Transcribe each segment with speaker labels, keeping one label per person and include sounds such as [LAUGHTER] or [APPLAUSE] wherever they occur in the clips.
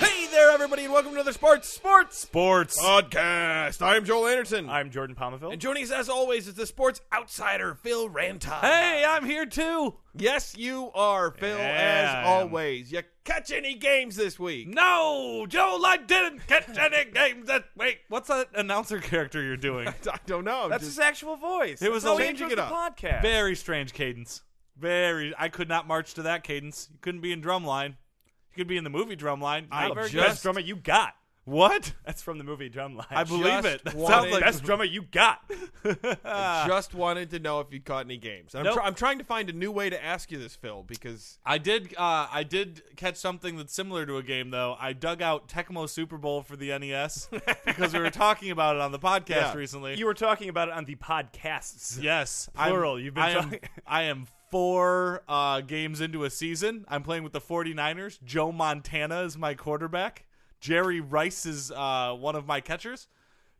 Speaker 1: Hey there, everybody, and welcome to another Sports Sports Sports
Speaker 2: Podcast. I am Joel Anderson.
Speaker 3: Oh. I'm Jordan Palmaville.
Speaker 2: and joining us, as always, is the sports outsider, Phil Rantai.
Speaker 1: Hey, I'm here too.
Speaker 2: Yes, you are, Phil,
Speaker 3: Yeah.
Speaker 2: as always. You catch any games this week?
Speaker 1: No, Joel, I didn't catch any games that week. What's that announcer character you're doing?
Speaker 2: [LAUGHS] I don't know.
Speaker 3: That's
Speaker 2: Just-
Speaker 3: his actual voice.
Speaker 1: It was
Speaker 3: That's
Speaker 1: a-
Speaker 3: how he
Speaker 1: Changing
Speaker 3: intros
Speaker 2: it
Speaker 3: the
Speaker 2: up.
Speaker 3: Podcast.
Speaker 1: Very strange cadence. Very. I could not march to that cadence. You couldn't be in drumline. You could be in the movie drumline.
Speaker 2: I
Speaker 1: Not very
Speaker 2: just-
Speaker 1: good.
Speaker 3: best drummer you got.
Speaker 1: what?
Speaker 3: That's from the movie Drumline.
Speaker 1: I believe
Speaker 2: just
Speaker 1: it. [LAUGHS] That sounds
Speaker 2: wanted-
Speaker 1: like
Speaker 3: best drummer you
Speaker 1: [LAUGHS]
Speaker 3: got.
Speaker 2: I just wanted to know if you caught any games. I'm,
Speaker 1: Nope.
Speaker 2: try- I'm trying to find a new way to ask you this, Phil, because
Speaker 1: I did. Uh, I did catch something that's similar to a game, though. I dug out Tecmo Super Bowl for the NES [LAUGHS] because we were talking about it on the podcast
Speaker 2: Yeah.
Speaker 1: recently.
Speaker 3: you were talking about it on the
Speaker 1: [LAUGHS]
Speaker 3: podcasts.
Speaker 1: yes,
Speaker 3: Plural,
Speaker 1: I'm,
Speaker 3: you've been
Speaker 1: I am,
Speaker 3: talking- [LAUGHS]
Speaker 1: I am four uh, games into a season. I'm playing with the 49ers. Joe Montana is my quarterback. Jerry Rice is uh, one of my catchers.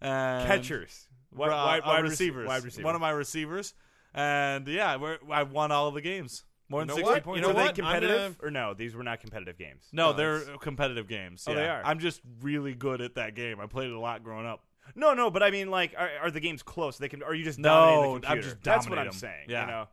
Speaker 1: And
Speaker 3: Catchers. Wide,
Speaker 1: uh, uh,
Speaker 3: wide, wide rec-
Speaker 1: receivers.
Speaker 3: Wide receivers.
Speaker 1: One of my receivers. And yeah, we're, I won all of the games. More than
Speaker 2: You know
Speaker 1: 60
Speaker 2: what?
Speaker 1: points.
Speaker 2: You
Speaker 3: you
Speaker 2: know
Speaker 3: know,
Speaker 1: I
Speaker 3: were
Speaker 1: think.
Speaker 3: they
Speaker 2: what? I'm
Speaker 3: competitive or no? These were not competitive games.
Speaker 1: No,
Speaker 2: No,
Speaker 1: they're
Speaker 2: it's-
Speaker 1: competitive games.
Speaker 3: Oh,
Speaker 1: yeah.
Speaker 3: they are.
Speaker 1: I'm just really good at that game. I played it a lot growing up.
Speaker 3: no, no. But I mean, like, are, are the games close? They can. Are you just
Speaker 1: No,
Speaker 3: dominating the
Speaker 1: I'm
Speaker 3: computer?
Speaker 1: just
Speaker 3: That's what
Speaker 1: dominate
Speaker 3: I'm
Speaker 1: 'em.
Speaker 3: saying.
Speaker 1: Yeah.
Speaker 3: You know.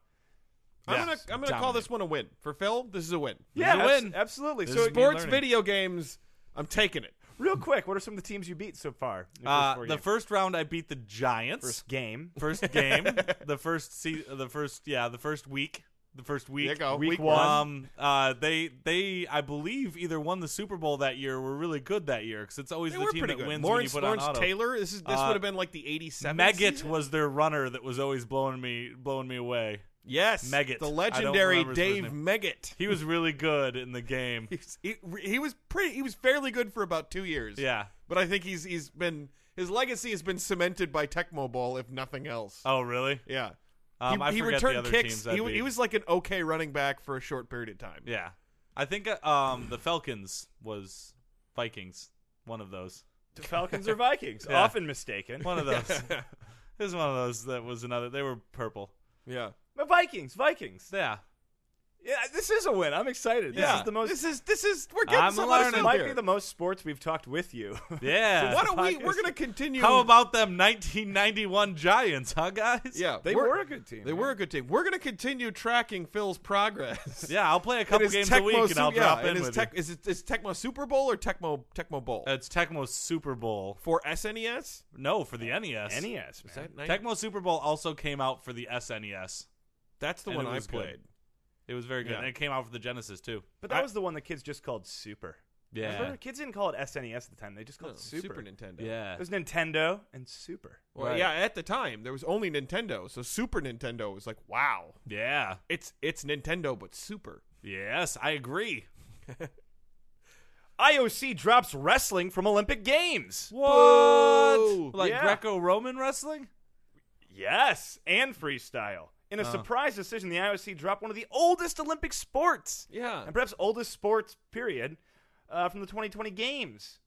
Speaker 2: I'm
Speaker 1: Yes,
Speaker 2: gonna I'm gonna call
Speaker 1: dominate.
Speaker 2: this one a win for Phil. This is a win.
Speaker 1: Yeah,
Speaker 3: Yeah,
Speaker 1: abs-
Speaker 3: absolutely.
Speaker 1: This
Speaker 3: so,
Speaker 1: is-
Speaker 2: Sports
Speaker 1: learning.
Speaker 2: video games. I'm taking it.
Speaker 3: real quick, what are some of the teams you beat so far? in your first
Speaker 1: Uh,
Speaker 3: four
Speaker 1: the
Speaker 3: games?
Speaker 1: first round, I beat the Giants. [LAUGHS]
Speaker 3: first game.
Speaker 1: first game, the first se- the first yeah, the first week, the first week.
Speaker 2: There you go.
Speaker 3: Week
Speaker 2: Week
Speaker 3: one.
Speaker 1: Um, uh, they they I believe either won the Super Bowl that year, or were really good that year because it's always
Speaker 2: They
Speaker 1: the
Speaker 2: were
Speaker 1: team
Speaker 2: pretty
Speaker 1: that
Speaker 2: good.
Speaker 1: wins
Speaker 2: Lawrence,
Speaker 1: when you put
Speaker 2: Lawrence
Speaker 1: on auto.
Speaker 2: Taylor. This is this
Speaker 1: Uh,
Speaker 2: would have been like the '87.
Speaker 1: Meggett was their runner that was always blowing me blowing me away.
Speaker 2: Yes,
Speaker 1: Meggett.
Speaker 2: the
Speaker 1: I don't
Speaker 2: legendary
Speaker 1: remember his first
Speaker 2: Dave
Speaker 1: name.
Speaker 2: Meggett. [LAUGHS]
Speaker 1: He was really good in the game.
Speaker 2: He's- [LAUGHS] He, he was pretty. He was fairly good for about two years.
Speaker 1: Yeah.
Speaker 2: but I think he's he's been his legacy has been cemented by Tecmo Bowl, if nothing else.
Speaker 1: Oh really?
Speaker 2: yeah,
Speaker 1: Um,
Speaker 2: he,
Speaker 1: I
Speaker 2: he
Speaker 1: forget
Speaker 2: returned
Speaker 1: the other
Speaker 2: kicks.
Speaker 1: teams. I
Speaker 2: He, wa-
Speaker 1: beat.
Speaker 2: he was like an okay running back for a short period of time.
Speaker 1: Yeah. I think uh, um the Falcons was Vikings, one of those.
Speaker 3: The Falcons or Vikings?
Speaker 1: Yeah.
Speaker 3: Often mistaken.
Speaker 1: One of those. [LAUGHS] this is one of those that was another. They were purple.
Speaker 2: yeah,
Speaker 3: But Vikings, Vikings.
Speaker 1: Yeah.
Speaker 3: Yeah, this is a win. I'm excited. This
Speaker 2: Yeah.
Speaker 3: is the most.
Speaker 2: This is this is we're getting
Speaker 1: I'm
Speaker 2: so much
Speaker 1: learning.
Speaker 2: out
Speaker 3: might
Speaker 2: here.
Speaker 3: be the most sports we've talked with you. [LAUGHS]
Speaker 1: Yeah.
Speaker 2: Why don't we?
Speaker 3: podcast.
Speaker 2: We're gonna continue.
Speaker 1: [LAUGHS] How about them 1991 Giants, huh, guys?
Speaker 2: Yeah,
Speaker 3: they
Speaker 2: we're-
Speaker 3: were a good team.
Speaker 2: They were a good team. We're gonna continue tracking Phil's progress.
Speaker 1: [LAUGHS] Yeah, I'll play a couple
Speaker 2: It is
Speaker 1: games a
Speaker 2: Tecmo
Speaker 1: week and I'll
Speaker 2: Sup- yeah,
Speaker 1: drop
Speaker 2: it
Speaker 1: in
Speaker 2: is
Speaker 1: with Uh,
Speaker 2: Tec- Is it is Tecmo Super Bowl or Tecmo Tecmo Bowl
Speaker 1: you. It's Tecmo Super Bowl.
Speaker 2: for E SNES?
Speaker 1: No, for the NES.
Speaker 2: E
Speaker 3: NES, E man.
Speaker 1: Tecmo Super Bowl also came out for the SNES.
Speaker 2: That's the
Speaker 1: And
Speaker 2: one
Speaker 1: it
Speaker 2: I
Speaker 1: was good.
Speaker 2: played.
Speaker 1: It was very good.
Speaker 2: Yeah.
Speaker 1: And it came out for the Genesis, too.
Speaker 3: but that
Speaker 2: I-
Speaker 3: was the one the kids just called Super.
Speaker 1: Yeah.
Speaker 3: Remember, kids didn't call it SNES at the time. They just called
Speaker 2: No,
Speaker 3: it Super.
Speaker 2: Oh, Nintendo.
Speaker 1: Yeah.
Speaker 3: It was Nintendo and Super.
Speaker 2: Well,
Speaker 1: Right.
Speaker 2: yeah, at the time there was only Nintendo, so Super Nintendo was like, wow,
Speaker 1: Yeah.
Speaker 2: it's it's Nintendo but super.
Speaker 1: Yes, I agree.
Speaker 3: IOC drops wrestling from Olympic Games.
Speaker 1: What?
Speaker 2: Boo!
Speaker 1: Like
Speaker 3: Yeah.
Speaker 1: Greco-Roman wrestling?
Speaker 3: Yes, and freestyle. In a
Speaker 1: Oh.
Speaker 3: surprise decision, the IOC dropped one of the oldest Olympic sports.
Speaker 2: Yeah,
Speaker 3: and perhaps oldest sports period uh, from the 2020 games.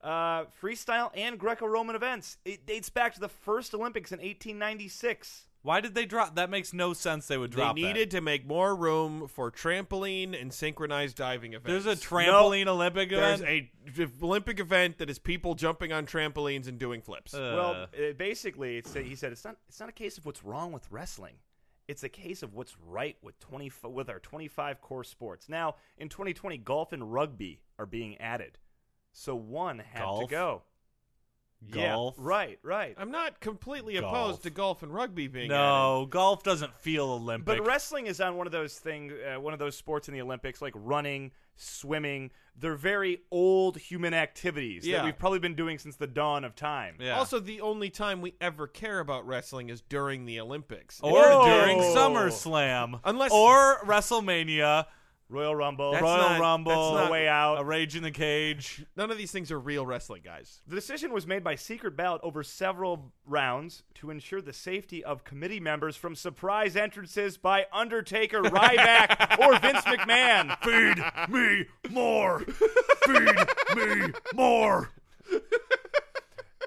Speaker 3: Uh, freestyle and Greco-Roman events. It dates back to the first Olympics in 1896.
Speaker 1: Why did they drop? That makes no sense. They would
Speaker 2: they
Speaker 1: drop.
Speaker 2: needed to make more room for trampoline and synchronized diving
Speaker 1: That. There's
Speaker 2: events.
Speaker 1: a trampoline Olympic
Speaker 2: there's
Speaker 1: event.
Speaker 2: a Olympic event that is people jumping on trampolines and doing flips.
Speaker 1: Uh,
Speaker 3: well, it basically, it's he said it's not it's not a case of what's wrong with wrestling. It's a case of what's right with 20 f- with our 25 core sports. Now, in 2020, golf and rugby are being added, so one had to
Speaker 1: Golf?
Speaker 3: go.
Speaker 1: golf.
Speaker 3: Yeah, right, right.
Speaker 2: I'm not completely
Speaker 1: Golf.
Speaker 2: opposed to golf and rugby being added.
Speaker 1: No, golf doesn't feel Olympic.
Speaker 3: But wrestling is on one of those things, uh, one of those sports in the Olympics, like running, swimming. They're very old human activities
Speaker 2: Yeah.
Speaker 3: that we've probably been doing since the dawn of time.
Speaker 1: yeah.
Speaker 2: Also, the only time we ever care about wrestling is during the Olympics.
Speaker 1: or
Speaker 3: Oh.
Speaker 1: during SummerSlam,
Speaker 2: Unless-
Speaker 1: or WrestleMania,
Speaker 3: Royal Rumble,
Speaker 2: That's
Speaker 1: Royal
Speaker 2: not-
Speaker 1: Rumble,
Speaker 2: that's
Speaker 3: No
Speaker 2: not-
Speaker 3: Way Out.
Speaker 1: A Rage in the Cage.
Speaker 2: None of these things are real wrestling, guys.
Speaker 3: The decision was made by secret ballot over several rounds to ensure the safety of committee members from surprise entrances by Undertaker, Ryback, or Vince McMahon.
Speaker 1: Feed me more. Feed me [LAUGHS] more.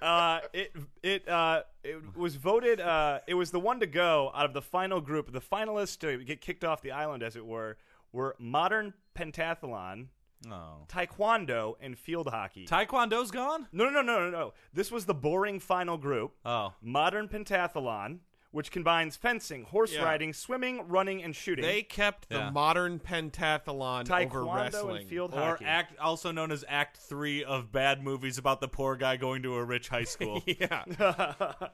Speaker 3: Uh, it it uh, it was voted. Uh, it was the one to go out of the final group. The finalists to get kicked off the island, as it were, were modern pentathlon,
Speaker 1: Oh.
Speaker 3: taekwondo, and field hockey.
Speaker 1: Taekwondo's gone?
Speaker 3: no, no, no, no, no, no. This was the boring final group.
Speaker 2: Uh.
Speaker 1: Oh.
Speaker 3: modern pentathlon, which combines fencing, horse
Speaker 2: Yeah.
Speaker 3: riding, swimming, running, and shooting.
Speaker 2: They kept the
Speaker 1: Yeah.
Speaker 2: modern pentathlon over
Speaker 3: taekwondo
Speaker 2: wrestling.
Speaker 3: and field
Speaker 1: Or
Speaker 3: hockey.
Speaker 1: act also known as Act Three of bad movies about the poor guy going to a rich high school.
Speaker 2: yeah.
Speaker 3: [LAUGHS]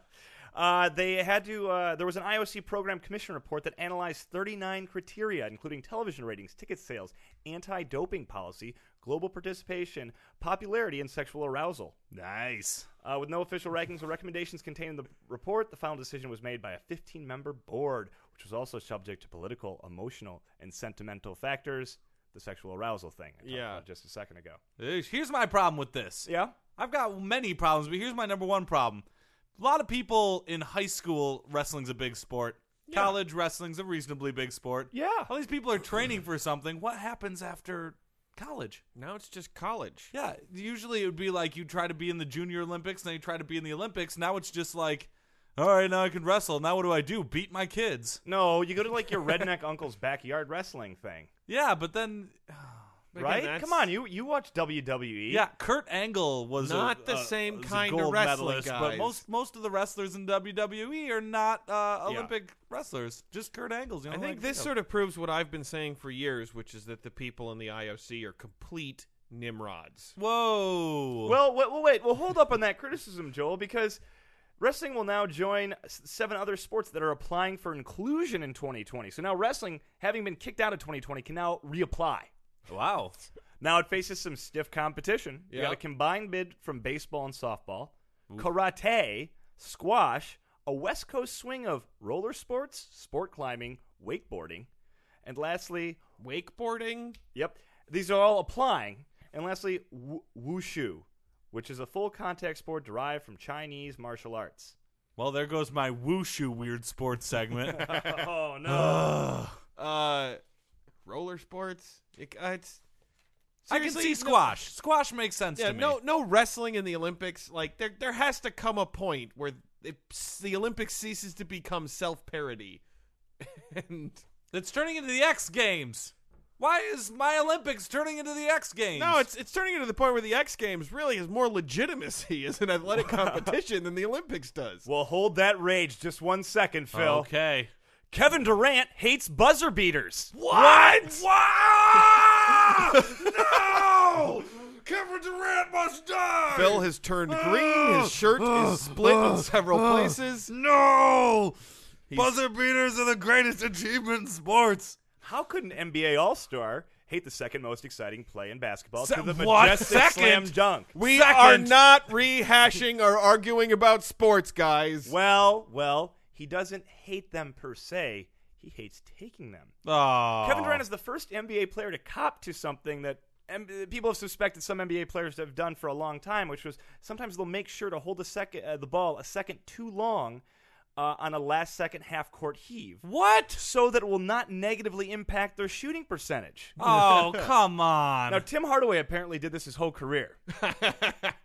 Speaker 3: uh, they had to. Uh, there was an IOC program commission report that analyzed 39 criteria, including television ratings, ticket sales, anti-doping policy, global participation, popularity, and sexual arousal.
Speaker 1: nice.
Speaker 3: Uh, with no official rankings or recommendations contained in the report, the final decision was made by a 15 member board, which was also subject to political, emotional, and sentimental factors. The sexual arousal thing. I talked
Speaker 2: Yeah.
Speaker 3: about Just a second ago.
Speaker 1: Here's my problem with this.
Speaker 3: Yeah.
Speaker 1: I've got many problems, but here's my number one problem. A lot of people in high school, wrestling's a big sport. College wrestling's a reasonably big sport.
Speaker 3: Yeah.
Speaker 1: All these people are training for something. What happens after college?
Speaker 2: Now it's just college.
Speaker 1: Yeah, usually it would be like you try to be in the junior Olympics, and then you try to be in the Olympics. Now it's just like, all right, now I can wrestle. Now what do I do? Beat my kids.
Speaker 3: No, you go to like your redneck [LAUGHS] uncle's backyard wrestling thing,
Speaker 1: Yeah, but then
Speaker 2: Again,
Speaker 3: right?
Speaker 2: that's
Speaker 3: Come on, you you watch E. WWE.
Speaker 1: yeah, Kurt Angle was a-
Speaker 2: Not the
Speaker 1: a-
Speaker 2: same
Speaker 1: was a
Speaker 2: kind of
Speaker 1: gold
Speaker 2: wrestling,
Speaker 1: medalist, but
Speaker 2: guys.
Speaker 1: most most of the wrestlers in WWE are not uh,
Speaker 2: Yeah.
Speaker 1: Olympic wrestlers. Just Kurt Angle's. the
Speaker 2: I
Speaker 1: only
Speaker 2: think
Speaker 1: one
Speaker 2: this
Speaker 1: of.
Speaker 2: sort of proves what I've been saying for years, which is that the people in the IOC are complete nimrods.
Speaker 1: Whoa.
Speaker 3: Well, wait, well, wait. Well, hold up on that criticism, Joel, because wrestling will now join s- seven other sports that are applying for inclusion in 2020. So now wrestling, having been kicked out of 2020, can now reapply.
Speaker 1: wow.
Speaker 3: Now it faces some stiff competition. You
Speaker 2: Yeah.
Speaker 3: got a combined bid from baseball and softball, karate, squash, a West Coast swing of roller sports, sport climbing, wakeboarding, and lastly,
Speaker 2: Wakeboarding?
Speaker 3: Yep. These are all applying. And lastly, wu- wushu, which is a full contact sport derived from Chinese
Speaker 1: [LAUGHS]
Speaker 3: martial arts.
Speaker 1: Well, there goes my wushu weird sports
Speaker 2: [LAUGHS]
Speaker 1: segment.
Speaker 3: oh,
Speaker 1: Ugh.
Speaker 2: Uh, roller sports? It, uh, it's,
Speaker 1: I can see
Speaker 2: Seriously, no-
Speaker 1: squash. Squash makes sense
Speaker 2: Yeah,
Speaker 1: to me.
Speaker 2: no, no wrestling in the Olympics. Like there, there has to come a point where it, the Olympics ceases to become self-parody, [LAUGHS] and
Speaker 1: It's turning into the X Games. Why is my Olympics turning into the X Games?
Speaker 2: no, it's it's turning into the point where the X Games really has more legitimacy [LAUGHS] as an athletic competition than the Olympics does.
Speaker 3: [LAUGHS] Well, hold that rage just one second, Phil.
Speaker 1: okay.
Speaker 3: Kevin Durant hates buzzer beaters.
Speaker 1: What?
Speaker 2: [LAUGHS]
Speaker 1: no! Kevin Durant must die.
Speaker 2: Phil has turned green. His shirt is split in several places.
Speaker 1: No. Buzzer beaters are the greatest achievement in sports.
Speaker 3: How could an NBA All Star hate the second most exciting play in basketball
Speaker 1: Se-
Speaker 3: to the
Speaker 1: what?
Speaker 3: majestic
Speaker 1: Second?
Speaker 3: slam dunk?
Speaker 2: We
Speaker 1: Second.
Speaker 2: are not rehashing or arguing about sports, guys.
Speaker 3: Well, well, he doesn't hate them per se. He hates taking them.
Speaker 1: Oh.
Speaker 3: Kevin Durant is the first NBA player to cop to something that M- people have suspected some NBA players have done for a long time, which was sometimes they'll make sure to hold a second, uh, the ball a second too long uh, on a last second half court heave, [LAUGHS]
Speaker 1: What?
Speaker 3: so that it will not negatively impact their shooting percentage.
Speaker 1: Oh, come on.
Speaker 3: Now, Tim Hardaway apparently did this his
Speaker 1: [LAUGHS]
Speaker 3: whole career.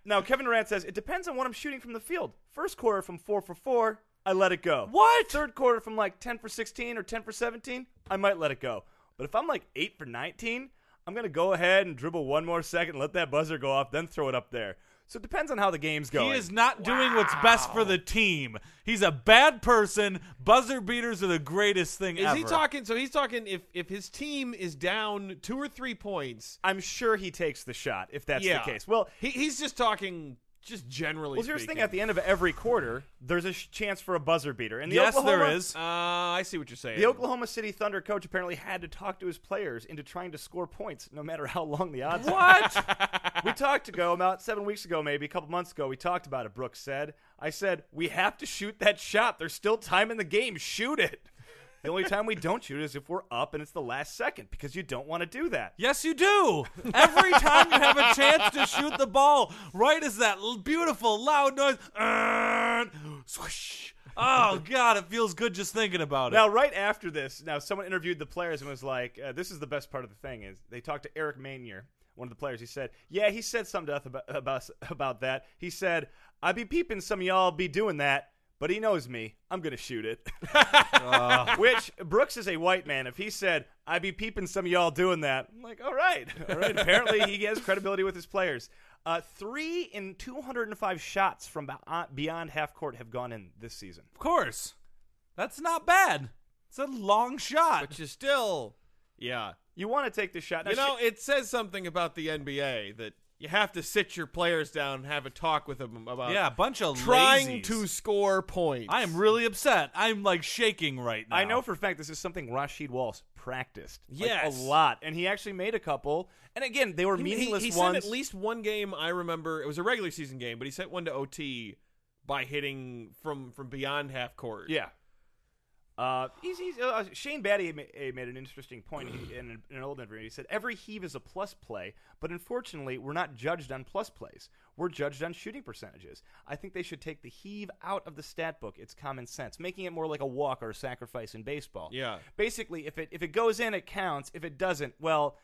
Speaker 3: now, Kevin Durant says, It depends on what I'm shooting from the field. First quarter from four for four, I let it go.
Speaker 1: What?
Speaker 3: Third quarter from like 10 for 16 or 10 for 17, I might let it go. But if I'm like 8 for 19, I'm going to go ahead and dribble one more second, let that buzzer go off, then throw it up there. So it depends on how the game's going.
Speaker 1: He is not doing what's best for the team. He's a bad person. Buzzer beaters are the greatest thing
Speaker 2: Is
Speaker 1: ever.
Speaker 2: he talking? So he's talking. If if his team is down two or three points,
Speaker 3: I'm sure he takes the shot if that's
Speaker 2: yeah.
Speaker 3: the case. Well,
Speaker 2: he, he's just talking. Just generally.
Speaker 3: well, here's the thing:
Speaker 2: speaking.
Speaker 3: at the end of every quarter, there's a sh- chance for a buzzer beater. And the
Speaker 1: yes,
Speaker 3: Oklahoma,
Speaker 1: there
Speaker 3: [LAUGHS]
Speaker 1: is.
Speaker 2: Uh, I see what you're saying.
Speaker 3: The Oklahoma City Thunder coach apparently had to talk to his players into trying to score points, no matter how long the odds. Are.
Speaker 1: What?
Speaker 3: We talked ago about seven weeks ago, maybe a couple months ago. We talked about it. Brooks said, "I said we have to shoot that shot. There's still time in the game. Shoot it." The only time we don't shoot is if we're up and it's the last second because you don't want to do that.
Speaker 1: Yes, you do. Every time you have a chance to shoot the ball, right as that l- beautiful loud noise, "Err," swish. Oh God, it feels good just thinking about it.
Speaker 3: Now, right after this, now someone interviewed the players and was like, uh, "This is the best part of the thing." Is they talked to Eric Manier, one of the players. He said, "Yeah, he said something to us about about, about that. He said, i be peeping some of y'all be doing that." But he knows me. I'm gonna
Speaker 2: [LAUGHS]
Speaker 3: shoot it.
Speaker 2: Uh.
Speaker 3: Which Brooks is a white man. If he said, "I be peeping some of y'all doing that," I'm like, "All right,
Speaker 2: [LAUGHS]
Speaker 3: all right." Apparently, he has credibility with his players. Uh, three in 205 shots from beyond- beyond half court have gone in this season.
Speaker 1: of course, that's not bad. It's a long shot.
Speaker 2: Which is still, yeah.
Speaker 3: You want to take the shot? Now,
Speaker 2: You know,
Speaker 3: sh-
Speaker 2: it says something about the NBA that you have to sit your players down and have a talk with them about
Speaker 1: yeah, a bunch of
Speaker 2: trying
Speaker 1: lazies.
Speaker 2: to score points.
Speaker 1: I am really upset. I'm like shaking right now.
Speaker 3: I know for a fact this is something Rashid Wallace practiced like,
Speaker 2: Yes.
Speaker 3: a lot, and he actually made a couple. And again, they were
Speaker 2: He-
Speaker 3: meaningless
Speaker 2: he, he
Speaker 3: ones.
Speaker 2: sent at least one game I remember. It was a regular season game, but he sent one to OT by hitting from from beyond half court.
Speaker 3: yeah. Uh, he's, he's, uh, Shane Batty ma- eh, made an interesting point He- in, in an old interview. He said, "Every heave is a plus play, but unfortunately, we're not judged on plus plays. We're judged on shooting percentages. I think they should take the heave out of the stat book. It's common sense, making it more like a walk or a sacrifice in baseball.
Speaker 2: Yeah.
Speaker 3: Basically, if it if it goes in, it counts. If it doesn't, well,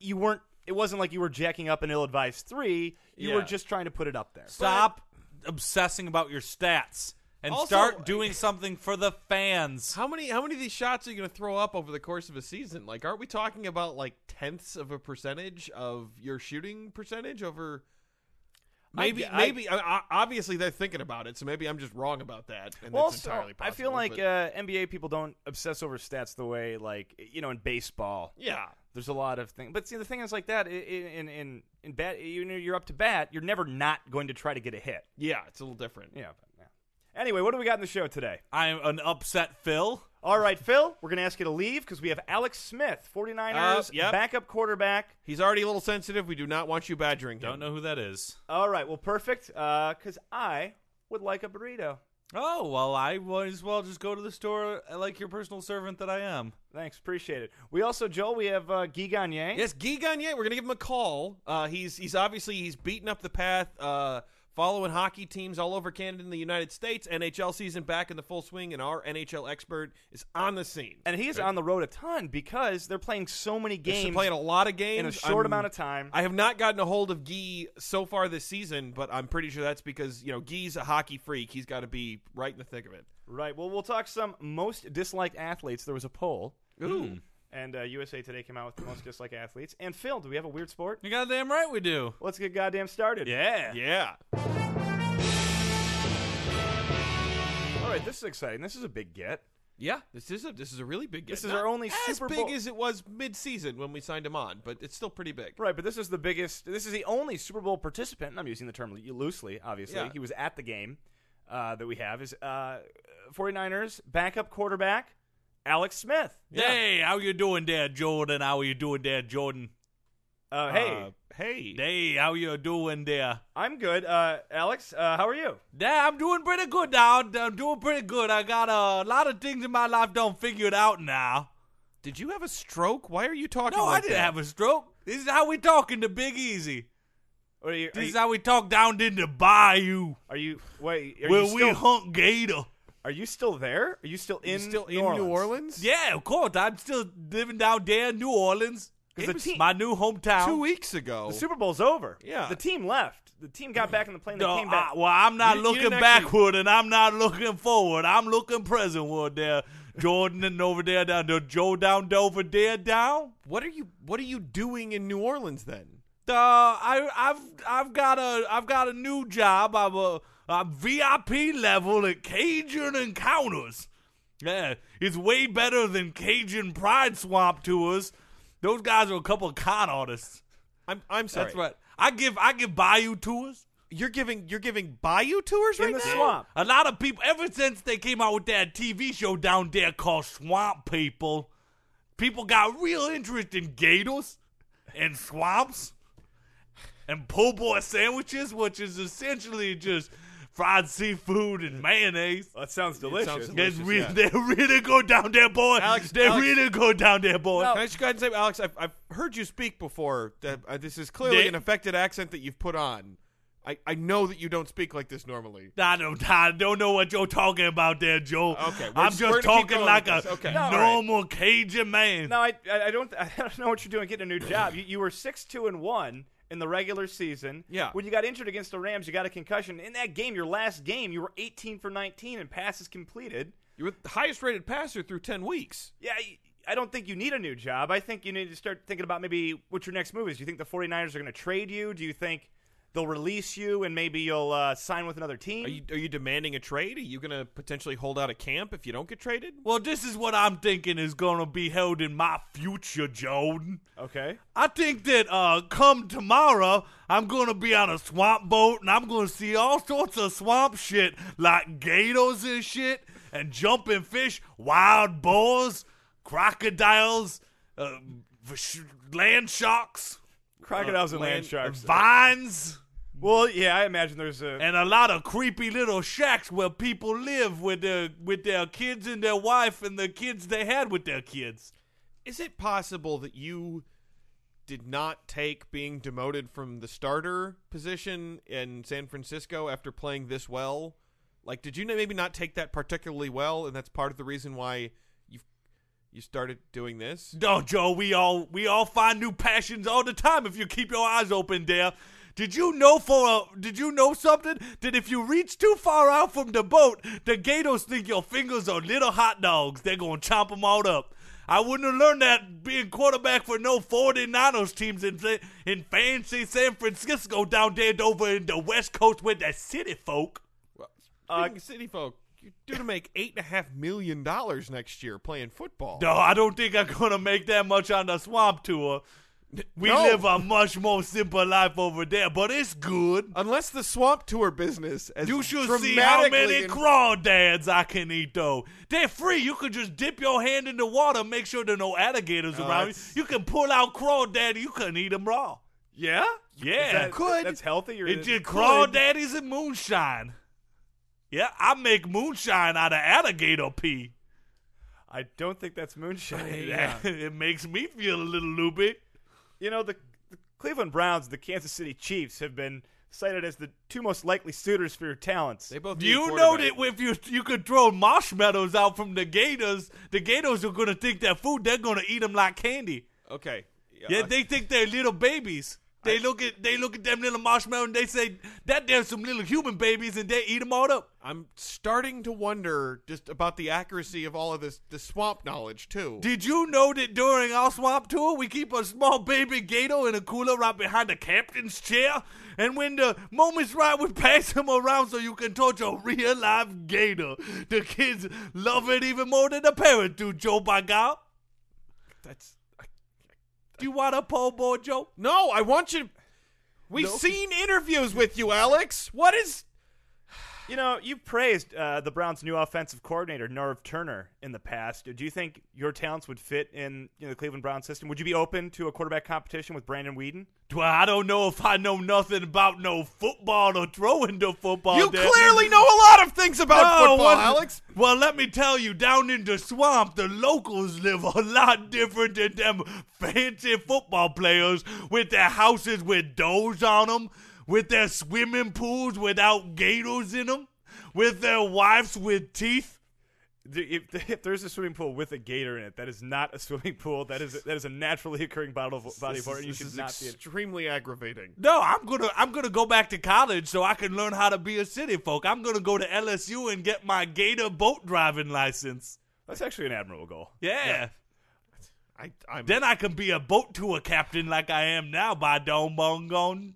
Speaker 3: you weren't it wasn't like you were jacking up an ill-advised three you were
Speaker 2: Yeah.
Speaker 3: just trying to put it up there
Speaker 1: Stop obsessing about your stats and
Speaker 2: Also-
Speaker 1: start doing something for the fans.
Speaker 2: How many how many of these shots are you going to throw up over the course of a season? Like, aren't we talking about like tenths of a percentage of your shooting percentage over? Maybe
Speaker 3: I-
Speaker 2: maybe I, I, obviously they're thinking about it, so maybe I'm just wrong about that. And
Speaker 3: Well,
Speaker 2: that's
Speaker 3: also,
Speaker 2: entirely
Speaker 3: i
Speaker 2: possible.
Speaker 3: feel like
Speaker 2: but-
Speaker 3: uh, nba people don't obsess over stats the way like you know in baseball
Speaker 2: yeah,
Speaker 3: there's a lot of things but see the thing is like that i- i- in in in bat you know you're up to bat you're never not going to try to get a hit
Speaker 2: yeah, it's a little different.
Speaker 3: yeah, but, yeah. anyway what do we got in the show today
Speaker 1: I'm an upset Phil.
Speaker 3: all right phil we're going to ask you to leave because we have alex smith
Speaker 2: Uh,
Speaker 3: 49ers
Speaker 2: yep.
Speaker 3: backup quarterback
Speaker 2: He's already a little sensitive. We do not want you badgering him.
Speaker 1: Don't know who that is.
Speaker 3: all right well perfect because i would like a burrito
Speaker 1: Oh, well, I might as well just go to the store uh, like your personal servant that I am.
Speaker 3: Thanks, appreciate it. We also, Joel, we have uh, Guy Gagne.
Speaker 2: Yes, Guy Gagne. We're gonna give him a call. Uh, he's he's obviously he's beating up the path, uh, following hockey teams all over Canada and the United States. NHL season back in the full swing, and our NHL expert is on the scene.
Speaker 3: and he's on the road a ton because they're playing so many
Speaker 2: They're
Speaker 3: games
Speaker 2: playing a lot of games
Speaker 3: in a short
Speaker 2: I'm-
Speaker 3: amount of time.
Speaker 2: I have not gotten a hold of Guy so far this season, but I'm pretty sure that's because you know Guy's a hockey freak. He's got to be right in the thick of it.
Speaker 3: right. Well, we'll talk some most disliked athletes. There was a poll,
Speaker 2: Ooh,
Speaker 3: and uh, USA Today came out with the most disliked athletes. And Phil, do we have a weird sport?
Speaker 1: You goddamn right we do.
Speaker 3: Let's get goddamn started.
Speaker 1: Yeah.
Speaker 2: yeah.
Speaker 3: All right, this is exciting. This is a big get.
Speaker 2: Yeah, this is a this is a really big. Get.
Speaker 3: This is
Speaker 2: Not
Speaker 3: our only
Speaker 2: as
Speaker 3: Super
Speaker 2: big
Speaker 3: Bowl-
Speaker 2: as it was mid-season when we signed him on, but it's still pretty big.
Speaker 3: Right, but this is the biggest. This is the only Super Bowl participant. And I'm using the term lo- loosely, obviously.
Speaker 2: Yeah.
Speaker 3: He was at the game uh, that we have. Is uh, 49ers backup quarterback Alex Smith.
Speaker 1: Hey, how you doing there, Jordan? How you doing there, Jordan?
Speaker 3: Uh, hey,
Speaker 2: Uh, hey,
Speaker 1: Hey, how you doing there?
Speaker 3: I'm good. Uh, Alex, uh, how are you?
Speaker 1: Yeah, I'm doing pretty good now. I'm doing pretty good. I got a lot of things in my life don't figured out now.
Speaker 2: Did you have a stroke? Why are you talking?
Speaker 1: No, I
Speaker 2: like
Speaker 1: didn't
Speaker 2: that?
Speaker 1: have a stroke. This is how we talking to Big Easy.
Speaker 3: Or Are you? Are
Speaker 1: This is
Speaker 3: you,
Speaker 1: how we talk down in the bayou.
Speaker 3: are you wait? Are
Speaker 1: where
Speaker 3: you
Speaker 1: we
Speaker 3: still,
Speaker 1: hunt gator.
Speaker 3: are you still there? Are you still
Speaker 2: You
Speaker 3: in
Speaker 2: still
Speaker 3: New
Speaker 2: in
Speaker 3: Orleans?
Speaker 2: New Orleans?
Speaker 1: Yeah, of course. I'm still living down there in New Orleans.
Speaker 3: It
Speaker 1: It's
Speaker 3: was-
Speaker 1: my new hometown.
Speaker 2: Two weeks ago.
Speaker 3: The Super Bowl's over.
Speaker 2: Yeah. ah,
Speaker 3: the team left. The team got back on the plane. They
Speaker 1: No,
Speaker 3: came back.
Speaker 1: I- well, I'm not
Speaker 2: You- you
Speaker 1: looking
Speaker 2: didn't actually-
Speaker 1: backward and I'm not looking forward. I'm looking presentward there. Jordan and over there down the Joe down over there down.
Speaker 2: what are you? What are you doing in New Orleans then?
Speaker 1: Uh, I I've I've got a I've got a new job. I'm a I'm VIP level at Cajun Encounters. Yeah, it's way better than Cajun Pride Swamp tours. Those guys are a couple of con artists.
Speaker 2: I'm I'm sorry.
Speaker 1: That's right. I give I give Bayou tours.
Speaker 2: You're giving you're giving Bayou tours right
Speaker 3: the
Speaker 2: now.
Speaker 3: swamp.
Speaker 1: A lot of people, ever since they came out with that TV show down there called Swamp People, people got real interest in gators and swamps and po' boy sandwiches, which is essentially just fried seafood and mayonnaise.
Speaker 3: That sounds
Speaker 2: delicious.
Speaker 3: delicious.
Speaker 2: delicious.
Speaker 1: They re-
Speaker 2: yeah.
Speaker 1: they really go down there, boy.
Speaker 2: Alex-
Speaker 1: they
Speaker 2: Alex-
Speaker 1: really go down there, boy.
Speaker 2: Can I just go ahead and say, Alex, I've, I've heard you speak before. That, uh, this is clearly
Speaker 1: Dick?
Speaker 2: an affected accent that you've put on. I, I know that you don't speak like this normally.
Speaker 1: I don't, I don't know what you're talking about there, Joe.
Speaker 2: Okay, we're
Speaker 1: I'm
Speaker 2: just-
Speaker 1: just,
Speaker 2: we're gonna keep
Speaker 1: talking
Speaker 2: going
Speaker 1: like
Speaker 2: with
Speaker 1: a
Speaker 2: this. Okay.
Speaker 3: No, all right.
Speaker 1: normal Cajun man.
Speaker 3: No, I, I I don't [LAUGHS] I don't know what you're doing getting a new job. You, you were six two and one in the regular season.
Speaker 2: Yeah.
Speaker 3: When you got injured against the Rams, you got a concussion. In that game, your last game, you were 18 for 19 and passes completed.
Speaker 2: You were the highest rated passer through 10 weeks.
Speaker 3: Yeah, I- I don't think you need a new job. I think you need to start thinking about maybe what your next move is. Do you think the 49ers are going to trade you? Do you think they'll release you and maybe you'll uh, sign with another team?
Speaker 2: Are you, are you demanding a trade? Are you going to potentially hold out a camp if you don't get traded?
Speaker 1: Well, this is what I'm thinking is going to be held in my future, Jordan.
Speaker 3: okay.
Speaker 1: I think that uh, come tomorrow, I'm going to be on a swamp boat and I'm going to see all sorts of swamp shit like gators and shit, and jumping fish, wild boars, crocodiles, uh, sh- land sharks,
Speaker 3: Crocodiles and
Speaker 2: land-
Speaker 3: land, sharks.
Speaker 1: vines,
Speaker 3: well, yeah, I imagine there's a.
Speaker 1: and a lot of creepy little shacks where people live with their, with their kids and their wife and the kids they had with their kids.
Speaker 2: Is it possible that you did not take being demoted from the starter position in San Francisco after playing this well? Like, did you n- maybe not take that particularly well, and that's part of the reason why you you started doing this?
Speaker 1: No, Joe, we all we all find new passions all the time if you keep your eyes open, Dale. Did you know for a, did you know something? That if you reach too far out from the boat, the gators think your fingers are little hot dogs. They're gonna chomp them all up. I wouldn't have learned that being quarterback for no 49ers teams in fa- in fancy San Francisco down there over in the West Coast with the city folk.
Speaker 2: Well,
Speaker 1: Uh,
Speaker 2: speaking of city folk, you're due to make eight and a half million dollars next year playing football.
Speaker 1: No, I don't think I'm gonna make that much on the swamp tour. We
Speaker 2: No.
Speaker 1: live a much more simple life over there, but it's good.
Speaker 2: Unless the swamp tour business, as
Speaker 1: You should see how many
Speaker 2: in-
Speaker 1: crawdads I can eat, though. They're free. You could just dip your hand in the water, make sure there are no alligators
Speaker 2: No,
Speaker 1: around. You.
Speaker 2: that's-
Speaker 1: you can pull out crawdad. You can eat them raw.
Speaker 3: yeah?
Speaker 1: Yeah,
Speaker 3: Is that-
Speaker 2: could.
Speaker 3: That's healthy? Or
Speaker 1: It did
Speaker 2: could.
Speaker 1: crawdaddies and moonshine. Yeah, I make moonshine out of alligator pee.
Speaker 3: I don't think that's moonshine.
Speaker 1: [LAUGHS] it makes me feel a little loopy.
Speaker 3: [LAUGHS] You know, the, the Cleveland Browns and the Kansas City Chiefs have been cited as the two most likely suitors for your talents.
Speaker 2: They both
Speaker 1: Do
Speaker 2: need
Speaker 1: you know
Speaker 2: quarterback.
Speaker 1: that if you you could throw marshmallows out from the gators, the gators are gonna think they're food. They're gonna eat them like candy.
Speaker 2: Okay.
Speaker 1: Yeah, they think they're little babies. They look at they look at them little marshmallows and they say that there's some little human babies and they eat them all up.
Speaker 2: I'm starting to wonder just about the accuracy of all of this the swamp knowledge too.
Speaker 1: Did you know that during our swamp tour we keep a small baby gator in a cooler right behind the captain's chair? And when the moment's right, we pass him around so you can touch a real live gator. The kids love it even more than the parents do, Joe by God.
Speaker 2: That's
Speaker 1: Do you want a pole boy, Joe?
Speaker 2: no. I want you. We've
Speaker 3: No.
Speaker 2: seen interviews with you, Alex. What is?
Speaker 3: You know, you praised uh, the Browns' new offensive coordinator, Nerve Turner, in the past. Do you think your talents would fit in you know, the Cleveland Browns system? Would you be open to a quarterback competition with Brandon Whedon?
Speaker 1: Well, I don't know if I know nothing about no football or throwing the football.
Speaker 2: you
Speaker 1: there.
Speaker 2: clearly know a lot of things about
Speaker 1: No,
Speaker 2: football,
Speaker 1: what-
Speaker 2: Alex.
Speaker 1: Well, let me tell you, down in the swamp, the locals live a lot different than them fancy football players with their houses with doors on them, with their swimming pools without gators in them, with their wives with teeth.
Speaker 3: The- If, [LAUGHS] if there's a swimming pool with a gator in it, that is not a [LAUGHS] swimming pool. That is that is a naturally occurring bottle of, body
Speaker 2: This
Speaker 3: of water.
Speaker 2: is,
Speaker 3: and You
Speaker 2: this
Speaker 3: should
Speaker 2: is
Speaker 3: not be.
Speaker 2: extremely aggravating.
Speaker 1: No, I'm gonna I'm gonna go back to college so I can learn how to be a city folk. I'm gonna go to LSU and get my gator boat driving license.
Speaker 3: That's actually an admirable goal.
Speaker 1: yeah.
Speaker 2: I, I'm
Speaker 1: Then I can be a boat tour captain like I am now by Don Bongon.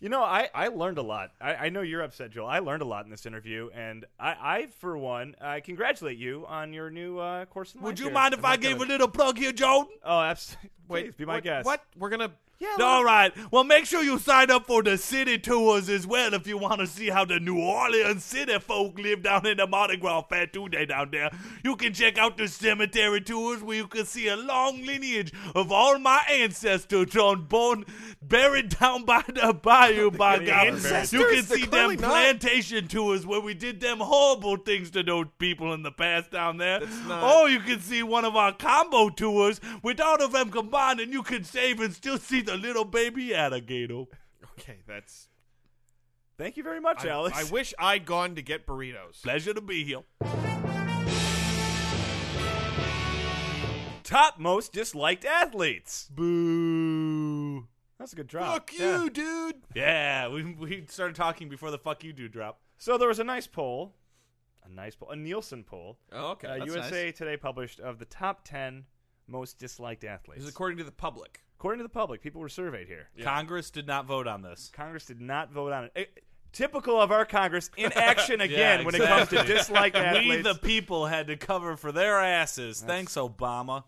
Speaker 3: You know, I, I learned a lot. I, I know you're upset, Joel. I learned a lot in this interview, and I, I for one, I congratulate you on your new uh, course in life.
Speaker 1: Would you
Speaker 3: here.
Speaker 1: mind if
Speaker 3: I'm
Speaker 1: I
Speaker 3: not
Speaker 1: gave
Speaker 3: gonna-
Speaker 1: a little plug here, Jordan?
Speaker 3: [LAUGHS] Oh, absolutely.
Speaker 2: wait.
Speaker 3: Please be my
Speaker 2: what,
Speaker 3: guest.
Speaker 2: What we're gonna
Speaker 3: Yeah,
Speaker 1: All right. Well, make sure you sign up for the city tours as well if you want to see how the New Orleans city folk live down in the Mardi Gras Fat Tuesday down there. You can check out the cemetery tours where you can see a long lineage of all my ancestors on born buried down by the bayou by
Speaker 3: Any
Speaker 1: God.
Speaker 3: ancestors?
Speaker 1: You can
Speaker 2: They're
Speaker 1: see
Speaker 2: clearly
Speaker 1: them
Speaker 2: not.
Speaker 1: plantation tours where we did them horrible things to those people in the past down there.
Speaker 2: not-
Speaker 1: Oh, or you can see one of our combo tours with all of them combined, and you can save and still see the little baby alligator.
Speaker 2: Okay, that's.
Speaker 3: Thank you very much,
Speaker 2: I,
Speaker 3: Alex.
Speaker 2: I wish I'd gone to get burritos.
Speaker 1: Pleasure to be here.
Speaker 3: Top most disliked athletes.
Speaker 1: Boo.
Speaker 3: That's a good drop. Yeah.
Speaker 2: you, dude.
Speaker 1: Yeah, we, we started talking before the fuck you do drop.
Speaker 3: So there was a nice poll, a nice poll, a Nielsen poll.
Speaker 2: Oh, okay.
Speaker 3: uh,
Speaker 2: that's
Speaker 3: USA
Speaker 2: nice.
Speaker 3: Today published of the top ten most disliked
Speaker 2: This
Speaker 3: athletes.
Speaker 2: is according to the public.
Speaker 3: According to the public, people were surveyed here.
Speaker 1: Congress did not vote on this.
Speaker 3: Congress did not vote on it. Eh, typical of our Congress,
Speaker 2: [LAUGHS]
Speaker 3: in action again when it comes to
Speaker 1: exactly.
Speaker 3: disliked
Speaker 1: We,
Speaker 3: athletes.
Speaker 1: the people, had to cover for their asses. Thanks, Obama.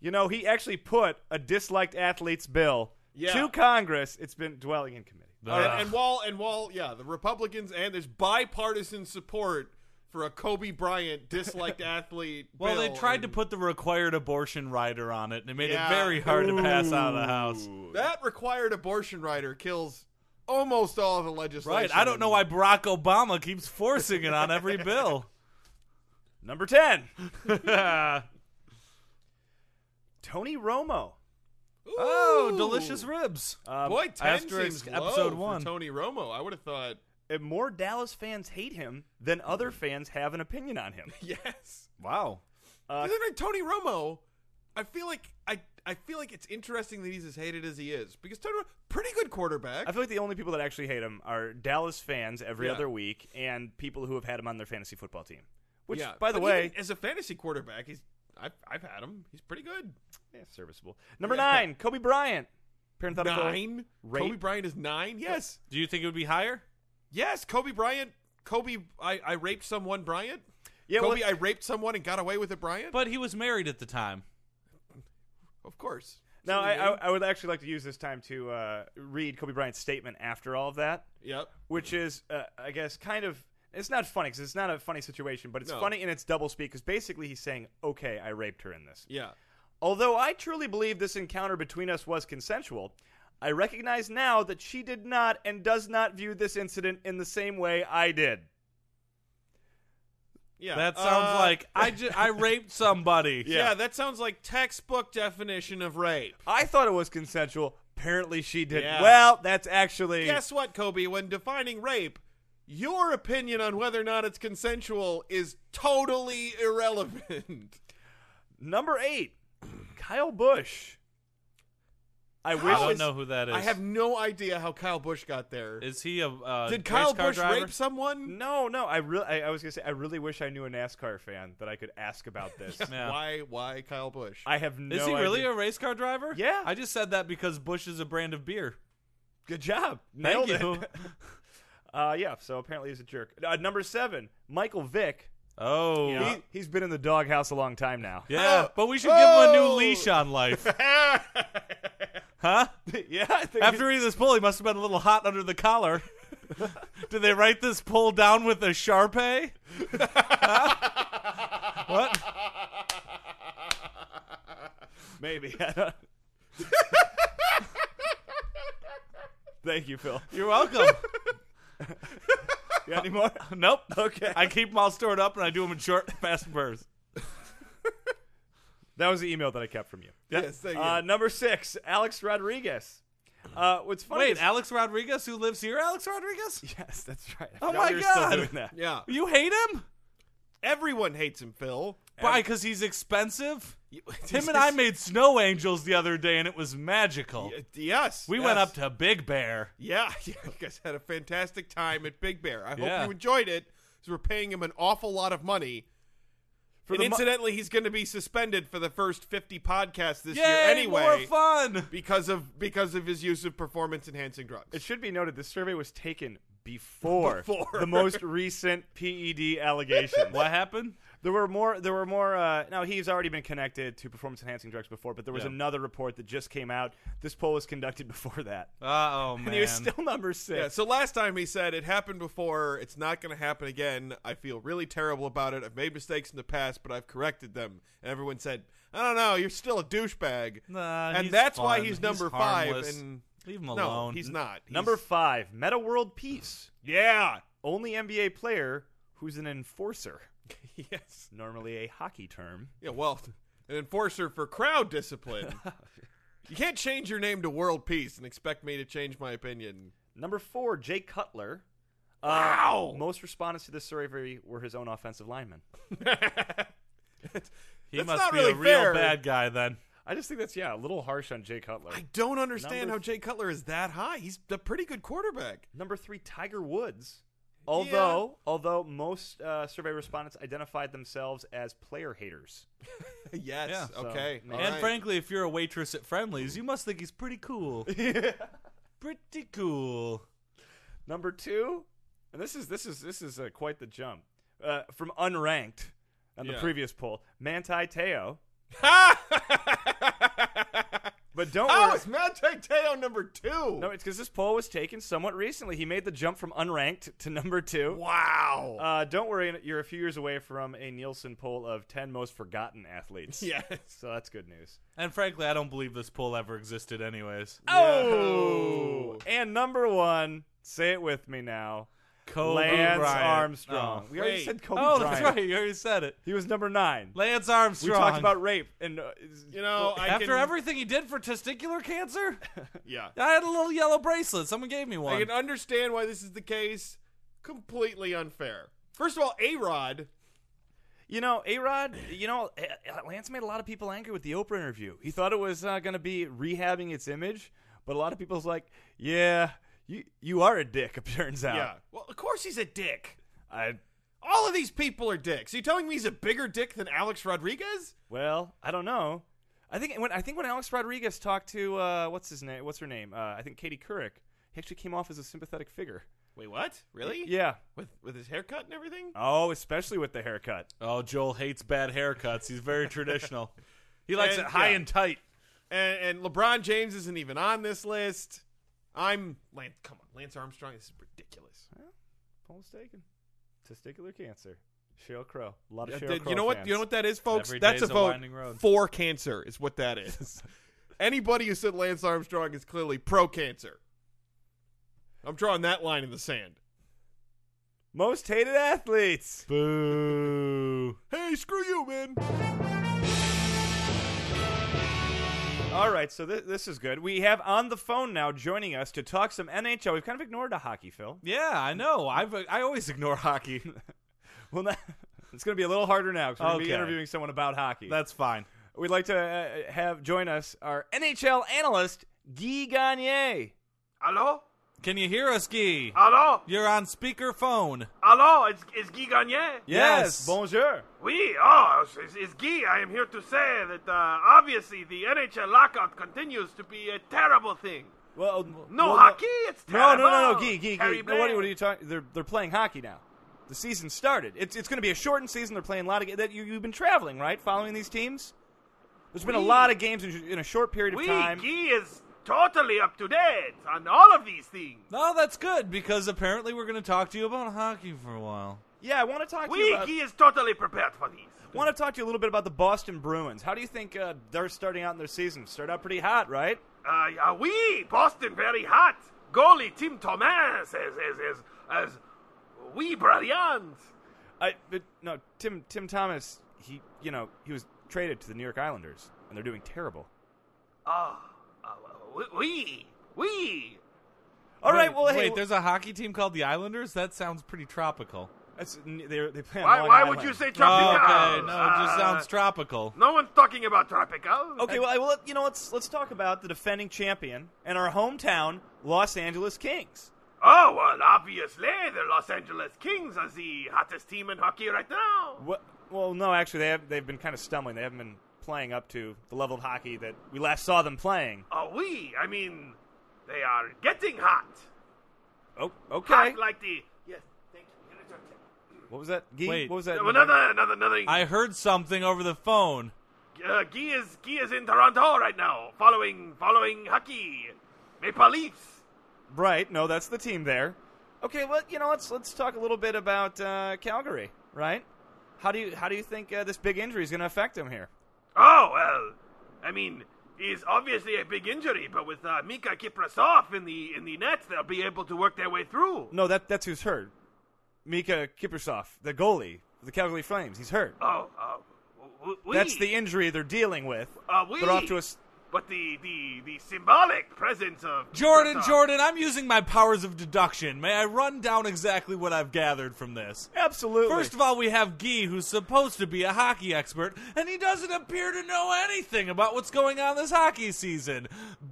Speaker 3: You know, he actually put a disliked athletes bill
Speaker 2: Yeah.
Speaker 3: to Congress. It's been dwelling in committee.
Speaker 2: All right,
Speaker 1: Ugh.
Speaker 2: and while and while yeah, the Republicans and there's bipartisan support for a Kobe
Speaker 1: [LAUGHS]
Speaker 2: Bryant disliked athlete.
Speaker 1: Well, they
Speaker 2: bill,
Speaker 1: tried
Speaker 2: and
Speaker 1: to put the required abortion rider on it, and it made
Speaker 2: Yeah.
Speaker 1: it very hard to pass out of the House.
Speaker 2: that required abortion rider kills almost all of the legislation.
Speaker 1: Right. I don't know why Barack Obama keeps forcing it on every bill. [LAUGHS]
Speaker 3: Number 10,
Speaker 2: [LAUGHS]
Speaker 3: Tony Romo.
Speaker 1: Oh,
Speaker 2: Ooh.
Speaker 1: delicious ribs.
Speaker 3: Um,
Speaker 2: Boy, ten
Speaker 1: Asterisk
Speaker 2: seems low
Speaker 1: episode
Speaker 2: for
Speaker 1: one.
Speaker 2: Tony Romo. I would
Speaker 1: [LAUGHS]
Speaker 2: have thought
Speaker 3: and more Dallas fans hate him than other fans have an opinion on him.
Speaker 2: yes.
Speaker 1: Wow.
Speaker 3: Uh,
Speaker 2: Isn't it Tony Romo? I feel like I I feel like it's interesting that he's as hated as he is because Tony Romo, pretty good quarterback.
Speaker 3: I feel like the only people that actually hate him are Dallas fans every
Speaker 2: Yeah.
Speaker 3: other week and people who have had him on their fantasy football team. Which,
Speaker 2: Yeah,
Speaker 3: by the
Speaker 2: but
Speaker 3: way,
Speaker 2: even as a fantasy quarterback, he's I've I've had him. He's pretty good.
Speaker 3: yeah, eh, serviceable. Number
Speaker 2: Yeah.
Speaker 3: nine, Kobe Bryant. Parenthetical.
Speaker 2: Nine.
Speaker 3: Rate.
Speaker 2: Kobe Bryant is nine. Yes,
Speaker 1: Do you think it would be higher?
Speaker 2: yes. Kobe Bryant. Kobe. I, I raped someone. Bryant.
Speaker 3: Yeah, well,
Speaker 2: Kobe. I raped someone and got away with it. Bryant.
Speaker 1: But he was married at the time.
Speaker 2: of course.
Speaker 3: Now, I,
Speaker 2: Something
Speaker 3: I,
Speaker 2: new.
Speaker 3: I would actually like to use this time to uh, read Kobe Bryant's statement after all of that,
Speaker 2: Yep.
Speaker 3: which is, uh, I guess, kind of. It's not funny because it's not a funny situation, but it's
Speaker 2: No.
Speaker 3: funny in its double speak because basically he's saying, okay, I raped her in this.
Speaker 2: Yeah.
Speaker 3: Although I truly believe this encounter between us was consensual, I recognize now that she did not and does not view this incident in the same way I did.
Speaker 2: Yeah.
Speaker 1: That sounds
Speaker 2: Uh,
Speaker 1: like I, ju-
Speaker 2: [LAUGHS]
Speaker 1: I raped somebody.
Speaker 2: Yeah. that sounds like textbook definition of rape.
Speaker 3: I thought it was consensual. Apparently she didn't.
Speaker 2: Yeah.
Speaker 3: Well, that's actually.
Speaker 2: Guess what, Kobe? When defining rape, your opinion on whether or not it's consensual is totally irrelevant.
Speaker 3: Number eight, Kyle Bush. I
Speaker 1: I
Speaker 3: wish
Speaker 2: How
Speaker 1: don't
Speaker 2: is-
Speaker 1: know who that is.
Speaker 2: I have no idea how Kyle Bush got there.
Speaker 1: Is he a uh, race
Speaker 2: Did Kyle
Speaker 1: car
Speaker 2: Bush
Speaker 1: driver?
Speaker 2: rape someone?
Speaker 3: No, no. I really, I, I was gonna say, I really wish I knew a NASCAR fan that I could ask about this.
Speaker 1: [LAUGHS] Yeah.
Speaker 2: [LAUGHS] Why? Why Kyle Bush?
Speaker 3: I have no.
Speaker 1: Is he really
Speaker 3: idea.
Speaker 1: a race car driver?
Speaker 3: Yeah.
Speaker 1: I just said that because Bush is a brand of beer.
Speaker 3: good job?
Speaker 1: Thank
Speaker 3: Nailed
Speaker 1: you.
Speaker 3: it. [LAUGHS] Uh, yeah. So apparently he's a jerk. Uh, number seven, Michael Vick.
Speaker 1: oh. Yeah.
Speaker 3: He, he's been in the doghouse a long time now.
Speaker 2: Oh.
Speaker 1: But we should give him a new
Speaker 2: Oh.
Speaker 1: leash on
Speaker 2: [LAUGHS]
Speaker 1: life. huh?
Speaker 3: [LAUGHS] yeah. I think
Speaker 1: After reading this poll, he must have been a little hot under the collar. Did they write this poll down with a Sharpay? Huh? what?
Speaker 3: he's- maybe. [LAUGHS] Thank you, Phil.
Speaker 1: You're welcome.
Speaker 3: You got any more?
Speaker 1: [LAUGHS] nope.
Speaker 3: Okay.
Speaker 1: I keep them all stored up and I do them in short, fast bursts.
Speaker 3: that was the email that I kept from you.
Speaker 2: yes, thank you.
Speaker 3: Uh, number six, Alex Rodriguez. Uh, what's funny?
Speaker 1: Wait,
Speaker 3: is-
Speaker 1: Alex Rodriguez, who lives here? Alex Rodriguez?
Speaker 3: [LAUGHS] yes, that's right. I
Speaker 1: Oh
Speaker 3: forgot
Speaker 1: my
Speaker 3: we were still
Speaker 1: God.
Speaker 3: doing that.
Speaker 2: yeah,
Speaker 1: [LAUGHS] You hate him?
Speaker 2: everyone hates him, Phil. [LAUGHS]
Speaker 1: Why? Because he's expensive? Him and I made snow angels the other day and it was magical.
Speaker 2: Y- [LAUGHS] Yes,
Speaker 1: We
Speaker 2: yes.
Speaker 1: went up to Big Bear.
Speaker 2: [LAUGHS] Yeah, [LAUGHS] yeah, you guys had a fantastic time at Big Bear. I hope
Speaker 1: Yeah.
Speaker 2: you enjoyed it. Because we're paying him an awful lot of money. and
Speaker 3: the mo-
Speaker 2: incidentally, he's going to be suspended for the first fifty podcasts this
Speaker 1: Yay,
Speaker 2: year anyway
Speaker 1: more fun!
Speaker 2: because of because of his use of performance enhancing drugs.
Speaker 3: It should be noted this survey was taken before,
Speaker 2: [LAUGHS] Before.
Speaker 3: the most recent PED E allegations.
Speaker 1: What happened?
Speaker 3: There were more. There were more. Uh, now he's already been connected to performance enhancing drugs before, but there was
Speaker 4: Yeah.
Speaker 3: another report that just came out. This poll was conducted [LAUGHS] before that,
Speaker 1: oh man.
Speaker 3: and he was still number six.
Speaker 2: Yeah, so last time he said it happened before, it's not going to happen again. I feel really terrible about it. I've made mistakes in the past, but I've corrected them. And everyone said, "I don't know, you're still a douchebag."
Speaker 1: Nah,
Speaker 2: and
Speaker 1: he's
Speaker 2: that's why
Speaker 1: fun.
Speaker 2: he's
Speaker 1: He's
Speaker 2: number 5
Speaker 1: harmless.
Speaker 2: and
Speaker 1: Leave him
Speaker 2: no,
Speaker 1: alone.
Speaker 2: he's not. He's- [LAUGHS]
Speaker 3: number five, Meta World Peace.
Speaker 4: Yeah.
Speaker 3: Only NBA player who's an enforcer.
Speaker 2: yes.
Speaker 3: Normally a hockey term.
Speaker 2: Yeah, well, an enforcer for
Speaker 1: [LAUGHS]
Speaker 2: crowd discipline. you can't change your name to World Peace and expect me to change my opinion. [LAUGHS]
Speaker 3: Number four, Jay Cutler. Uh,
Speaker 4: Wow.
Speaker 3: Most respondents to this survey were his own offensive linemen.
Speaker 1: he
Speaker 2: that's
Speaker 1: must
Speaker 2: not
Speaker 1: be
Speaker 2: really
Speaker 1: a real
Speaker 2: fair.
Speaker 1: bad guy then.
Speaker 3: I just think that's yeah a little harsh on Jay Cutler.
Speaker 2: I don't understand
Speaker 3: Number-
Speaker 2: how Jay Cutler is that high. He's a pretty good quarterback.
Speaker 3: Number three, Tiger Woods. Although, although most uh, survey respondents identified themselves as player haters.
Speaker 2: yes.
Speaker 1: Yeah, so-
Speaker 2: okay.
Speaker 3: And
Speaker 2: all
Speaker 1: and
Speaker 2: right.
Speaker 1: frankly, if you're a waitress at Friendlies, you must think he's pretty
Speaker 2: [LAUGHS]
Speaker 1: cool. pretty cool.
Speaker 3: Number two, and this is this is this is uh, quite the jump uh, from unranked on the
Speaker 2: Yeah.
Speaker 3: previous poll. Manti
Speaker 2: [LAUGHS]
Speaker 3: Te'o, but don't
Speaker 2: How
Speaker 3: worry.
Speaker 2: is Matt Tagteo number two?
Speaker 3: No, it's because this poll was taken somewhat recently. He made the jump from unranked to number two.
Speaker 2: wow.
Speaker 3: Uh, don't worry, you're a few years away from a Nielsen poll of 10 most forgotten
Speaker 2: [LAUGHS]
Speaker 3: athletes.
Speaker 2: yes.
Speaker 3: So that's good news.
Speaker 1: And frankly, I don't believe this poll ever existed, anyways.
Speaker 3: Oh! And number one, say it with me now
Speaker 1: Kobe
Speaker 3: Lance
Speaker 1: Bryant.
Speaker 3: Armstrong.
Speaker 1: Oh.
Speaker 3: we already
Speaker 2: wait.
Speaker 3: said Kobe
Speaker 1: Oh,
Speaker 3: Bryant.
Speaker 1: that's right. You already said it.
Speaker 3: He was number nine.
Speaker 1: Lance
Speaker 3: we
Speaker 1: Armstrong.
Speaker 3: talked about rape. and uh, is-
Speaker 2: You know, I
Speaker 1: After
Speaker 2: can,
Speaker 1: everything he did for testicular cancer,
Speaker 2: yeah,
Speaker 1: I had a little yellow bracelet. Someone gave me
Speaker 2: I
Speaker 1: one.
Speaker 2: can understand why this is the case. Completely unfair. First of all, A Rod.
Speaker 3: You know, A Rod, you know, uh, Lance made a lot of people angry with the Oprah interview. He thought it was uh, going to be rehabbing its image, but a lot of people's like, yeah, you, you are a dick, [LAUGHS] it turns out.
Speaker 2: Yeah. Well, of course he's a dick.
Speaker 3: I,
Speaker 2: All of these people are dicks. Are you telling me he's a bigger dick than Alex Rodriguez?
Speaker 3: well, I don't know. I think when I think when Alex Rodriguez talked to uh, what's his name? What's her name? Uh, I think Katie Couric. He actually came off as a sympathetic figure.
Speaker 2: Wait, what? Really?
Speaker 3: Yeah.
Speaker 2: With with his haircut and everything?
Speaker 3: Oh, especially with the haircut.
Speaker 1: oh, Joel hates bad haircuts. He's very
Speaker 2: [LAUGHS]
Speaker 1: traditional. He likes
Speaker 2: And-
Speaker 1: it high
Speaker 2: yeah.
Speaker 1: and tight.
Speaker 2: And, and LeBron James isn't even on this list. I'm Lance. Come on, Lance Armstrong. This is ridiculous.
Speaker 3: Paul's taken. Testicular cancer. Cheryl Crow. A lot of
Speaker 2: Yeah,
Speaker 3: Cheryl
Speaker 2: did-
Speaker 3: Crow
Speaker 2: you know what?
Speaker 3: fans.
Speaker 2: You know what that is, folks.
Speaker 1: Every
Speaker 2: That's
Speaker 1: day's
Speaker 2: a
Speaker 1: a
Speaker 2: vote
Speaker 1: winding road.
Speaker 2: for cancer. Is what
Speaker 1: [LAUGHS]
Speaker 2: that is. Anybody who said Lance Armstrong is clearly pro cancer. I'm drawing that line in the sand.
Speaker 3: Most hated athletes.
Speaker 1: Boo.
Speaker 2: Hey, screw you, man.
Speaker 3: All right, so th- this is good. We have on the phone now joining us to talk some NHL. We've kind of ignored a hockey, Phil. [LAUGHS]
Speaker 1: Yeah, I know. I've, I always [LAUGHS] ignore hockey.
Speaker 3: Well, [LAUGHS] now, it's going to be a little harder now because we're going to be
Speaker 1: Okay.
Speaker 3: interviewing someone about hockey.
Speaker 1: That's fine.
Speaker 3: We'd like to uh, have join us our NHL analyst Guy Gagnier.
Speaker 5: Hello?
Speaker 1: Can you hear us, Guy?
Speaker 5: Hello?
Speaker 1: You're on speakerphone.
Speaker 5: Hello? It's, it's Guy Gagné?
Speaker 1: Yes.
Speaker 3: bonjour.
Speaker 5: Oui, oh, it's, it's- it's Guy. I am here to say that uh, obviously the NHL lockout continues to be a terrible thing.
Speaker 3: Well, uh,
Speaker 5: No
Speaker 3: well,
Speaker 5: hockey? It's
Speaker 3: No,
Speaker 5: terrible.
Speaker 3: no, no, no, Guy, Guy, Guy.
Speaker 5: Harry
Speaker 3: No, what,
Speaker 5: Blaine.
Speaker 3: what are you talking? They're they're playing hockey now. The season started. It's it's going to be a shortened season. They're playing a lot of ga- that. You you've been traveling, right? Following these teams. There's been a
Speaker 5: Oui.
Speaker 3: lot of games in, in a short period of
Speaker 5: Oui,
Speaker 3: time.
Speaker 5: Guy is totally up to date on all of these things.
Speaker 1: No, that's good because apparently we're going to talk to you about hockey for a while.
Speaker 3: Yeah, I want to talk to you.
Speaker 5: Oui,
Speaker 3: About,
Speaker 5: Guy is totally prepared for these.
Speaker 3: want to talk to you a little bit about the Boston Bruins. How do you think uh, they're starting out in their season? Start out pretty hot, right?
Speaker 5: Uh, yeah, oui, Boston very hot. Goalie Tim Thomas is, is, is, is, oui, brilliant.
Speaker 3: I but no, Tim Tim Thomas. He you know he was traded to the New York Islanders, and they're doing terrible.
Speaker 5: Ah, uh, we, we.
Speaker 3: All
Speaker 1: wait,
Speaker 3: right, well, hey,
Speaker 1: wait. There's a hockey team called the Islanders. That sounds pretty tropical.
Speaker 3: that's, they they play on
Speaker 5: Why,
Speaker 3: Long
Speaker 5: why would
Speaker 3: Island.
Speaker 5: you say tropical?
Speaker 1: Oh, okay, no, it just
Speaker 5: Uh,
Speaker 1: sounds tropical.
Speaker 5: No one's talking about tropical.
Speaker 3: Okay, well, I- well, you know, let's let's talk about the defending champion and our hometown Los Angeles Kings.
Speaker 5: Oh well, obviously the Los Angeles Kings are the hottest team in hockey right now.
Speaker 3: What? Well, no, actually, they have they've been kind of stumbling. They haven't been playing up to the level of hockey that we last saw them playing.
Speaker 5: Oh, we. I mean, they are getting hot.
Speaker 3: Oh, okay.
Speaker 5: Hot like the yes. Thank you.
Speaker 3: What was that? Guy?
Speaker 1: Wait.
Speaker 3: What was that?
Speaker 5: Another, another, another.
Speaker 1: I heard something over the phone.
Speaker 5: uh, Guy is Guy is in Toronto right now, following following hockey, Maple Leafs.
Speaker 3: Right. No, that's the team there. Okay. Well, you know, let's let's talk a little bit about uh, Calgary. Right. How do you how do you think uh, this big injury is going to affect him here?
Speaker 5: Oh well, I mean, he's obviously a big injury, but with uh, Mika Kiprasov in the in the net, they'll be able to work their way through.
Speaker 3: No, that that's who's hurt. Mika Kiprasov, the goalie, the Calgary Flames. He's hurt.
Speaker 5: Oh, uh, w- we,
Speaker 3: That's the injury they're dealing with.
Speaker 5: Uh, we,
Speaker 3: They're off to a s-
Speaker 5: But the the the symbolic presence of
Speaker 1: Jordan,
Speaker 5: Kiprasov-
Speaker 1: Jordan, I'm using my powers of deduction. May I run down exactly what I've gathered from this?
Speaker 3: absolutely.
Speaker 1: First of all, we have Guy, who's supposed to be a hockey expert, and he doesn't appear to know anything about what's going on this hockey season.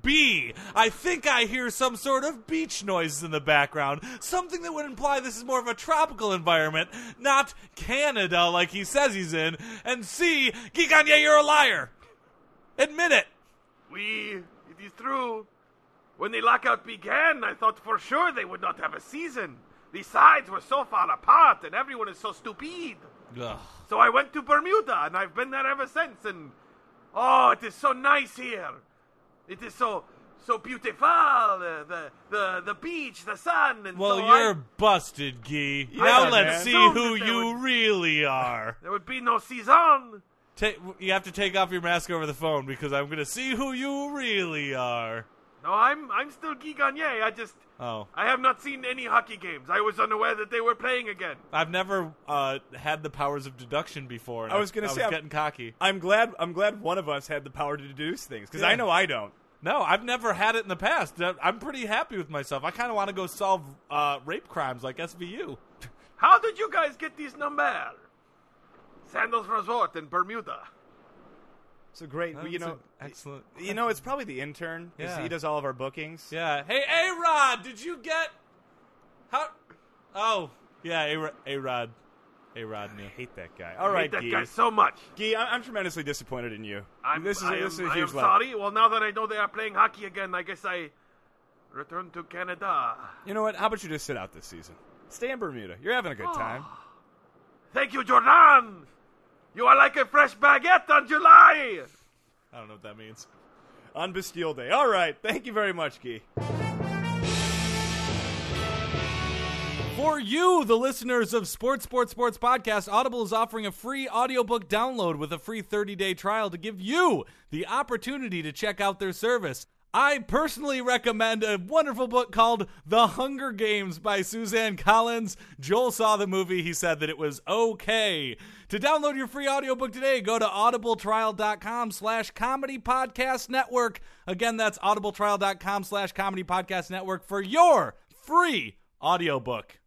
Speaker 1: B, I think I hear some sort of beach noises in the background, something that would imply this is more of a tropical environment, not Canada like he says he's in. And C, Guy Gagné, you're a liar. Admit it.
Speaker 5: We, it is true. When the lockout began, I thought for sure they would not have a season. The sides were so far apart, and everyone is so stupid.
Speaker 1: Ugh.
Speaker 5: So I went to Bermuda, and I've been there ever since. And oh, it is so nice here. It is so so beautiful. uh, the the the beach, the sun, and
Speaker 1: Well,
Speaker 5: so I-
Speaker 1: you're busted, Guy.
Speaker 3: Yeah,
Speaker 1: now let's
Speaker 3: man.
Speaker 1: see
Speaker 5: Assumed
Speaker 1: who
Speaker 5: that they
Speaker 1: you
Speaker 5: would-
Speaker 1: really are.
Speaker 5: there would be no season.
Speaker 1: Ta you have to take off your mask over the phone because I'm going to see who you really are.
Speaker 5: No, I'm I'm still Guy Gagné. I just
Speaker 1: Oh,
Speaker 5: I have not seen any hockey games. I was unaware that they were playing again.
Speaker 1: I've never uh, had the powers of deduction before. and
Speaker 3: I was gonna say,
Speaker 1: I
Speaker 3: I'm-
Speaker 1: was getting cocky.
Speaker 3: I'm glad I'm glad one of us had the power to deduce things because I know I don't.
Speaker 1: No, I've never had it in the past. I- I'm pretty happy with myself. I kind of want to go solve uh, rape crimes like SVU.
Speaker 5: How did you guys get these number? Sandals Resort in Bermuda.
Speaker 3: It's a great, you
Speaker 1: That's
Speaker 3: know,
Speaker 1: a- excellent.
Speaker 3: You know, it's probably the intern because
Speaker 1: Yeah.
Speaker 3: he does all of our bookings.
Speaker 1: [LAUGHS] Yeah. Hey, A Rod, did you get how? Oh, yeah, A Rod, A Rod knew.
Speaker 3: I hate that guy. All right,
Speaker 5: Hate that
Speaker 3: Guy.
Speaker 5: guy so much.
Speaker 3: Guy, I- I'm tremendously disappointed in you.
Speaker 5: I'm,
Speaker 3: this is
Speaker 5: I
Speaker 3: a, this is
Speaker 5: am-
Speaker 3: a
Speaker 5: I
Speaker 3: huge
Speaker 5: am
Speaker 3: loss.
Speaker 5: sorry. Well, now that I know they are playing hockey again, I guess I return to Canada.
Speaker 3: You know what? How about you just sit out this season? Stay in Bermuda. You're having a
Speaker 5: Ah.
Speaker 3: good time.
Speaker 5: Thank you, Jordan. You are like a fresh baguette on July.
Speaker 1: I don't know what that means.
Speaker 3: On Bastille Day. All right. Thank you very much, Guy.
Speaker 1: For you, the listeners of Sports Sports Sports Podcast, Audible is offering a free audiobook download with a free 30-day trial to give you the opportunity to check out their service. I personally recommend a wonderful book called The Hunger Games by Suzanne Collins. Joel saw the movie, he said that it was okay. To download your free audiobook today, go to audibletrial.com slash comedy podcast network. Again, that's audibletrial.com slash comedy podcast network for your free audiobook.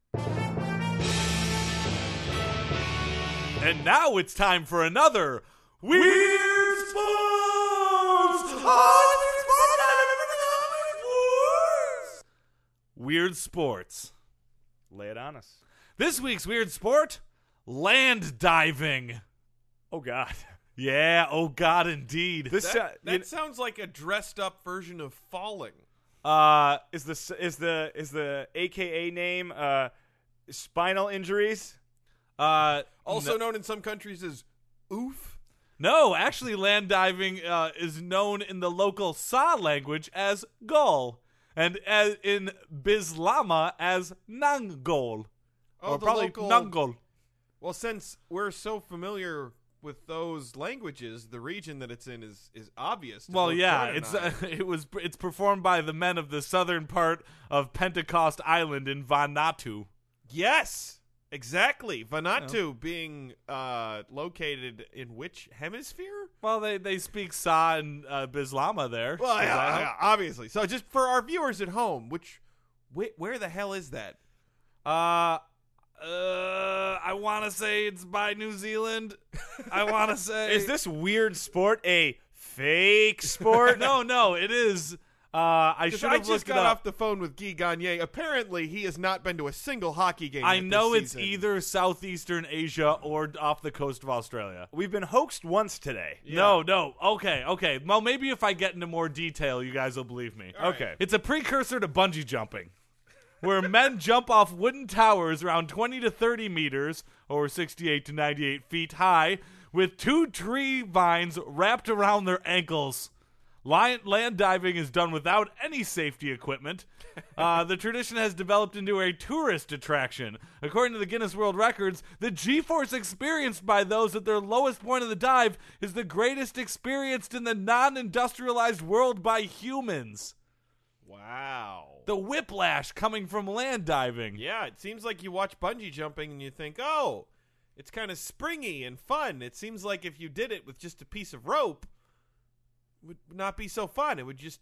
Speaker 1: And now it's time for another Weird Sports! Weird Sports.
Speaker 3: Lay it on us.
Speaker 1: This week's Weird Sport land diving.
Speaker 3: Oh God. [LAUGHS]
Speaker 1: Yeah, oh god, indeed.
Speaker 3: This uh,
Speaker 6: That,
Speaker 3: you
Speaker 6: that sounds like a dressed up version of falling.
Speaker 3: kn- uh, is the s- is the is the AKA name uh, spinal injuries.
Speaker 1: Uh,
Speaker 6: Also
Speaker 1: no,
Speaker 6: known in some countries as oof.
Speaker 1: no, actually, land diving uh, is known in the local Sa language as gol, and as in Bislama as nangol,
Speaker 6: Oh,
Speaker 1: or
Speaker 6: the
Speaker 1: probably
Speaker 6: local-
Speaker 1: nangol.
Speaker 6: Well, since we're so familiar with those languages, the region that it's in is is obvious. to
Speaker 1: Well,
Speaker 6: both
Speaker 1: yeah,
Speaker 6: Jordan and
Speaker 1: it's [LAUGHS]
Speaker 6: I.
Speaker 1: uh, it was it's performed by the men of the southern part of Pentecost Island in Vanuatu.
Speaker 6: yes, exactly. Vanuatu being uh, located in which hemisphere?
Speaker 1: Well, they they speak Sa and uh, Bislama there.
Speaker 6: Well,
Speaker 1: Does
Speaker 6: yeah,
Speaker 1: that help?
Speaker 6: yeah, obviously. So, just for our viewers at home, which wh- where the hell is that?
Speaker 1: Uh, uh, I want to say it's by New [LAUGHS] Zealand. I want to say [LAUGHS]
Speaker 3: Is this weird sport a fake
Speaker 1: [LAUGHS]
Speaker 3: sport?
Speaker 1: No, no, it is. Uh, I should
Speaker 6: I
Speaker 1: have
Speaker 6: just
Speaker 1: looked
Speaker 6: got
Speaker 1: it up.
Speaker 6: off the phone with Guy Gagne. Apparently, he has not been to a single hockey game.
Speaker 1: I
Speaker 6: yet this
Speaker 1: know it's
Speaker 6: season.
Speaker 1: either southeastern Asia or off the coast of Australia.
Speaker 3: We've been hoaxed once today.
Speaker 1: No, no. Okay, okay. Well, maybe if I get into more detail, you guys will believe me.
Speaker 3: Okay.
Speaker 1: It's a precursor to bungee jumping. where men jump off wooden towers around 20 to 30 meters or 68 to 98 feet high with two tree vines wrapped around their ankles. Lion, land diving is done without any safety equipment. Uh, the tradition has developed into a tourist attraction. According to the Guinness World Records, the G force experienced by those at their lowest point of the dive is the greatest experienced in the non industrialized world by humans.
Speaker 2: Wow.
Speaker 1: The whiplash coming from land diving.
Speaker 2: Yeah, it seems like you watch bungee jumping and you think, oh, it's kind of springy and fun. It seems like if you did it with just a piece of rope, it would not be so fun. It would just.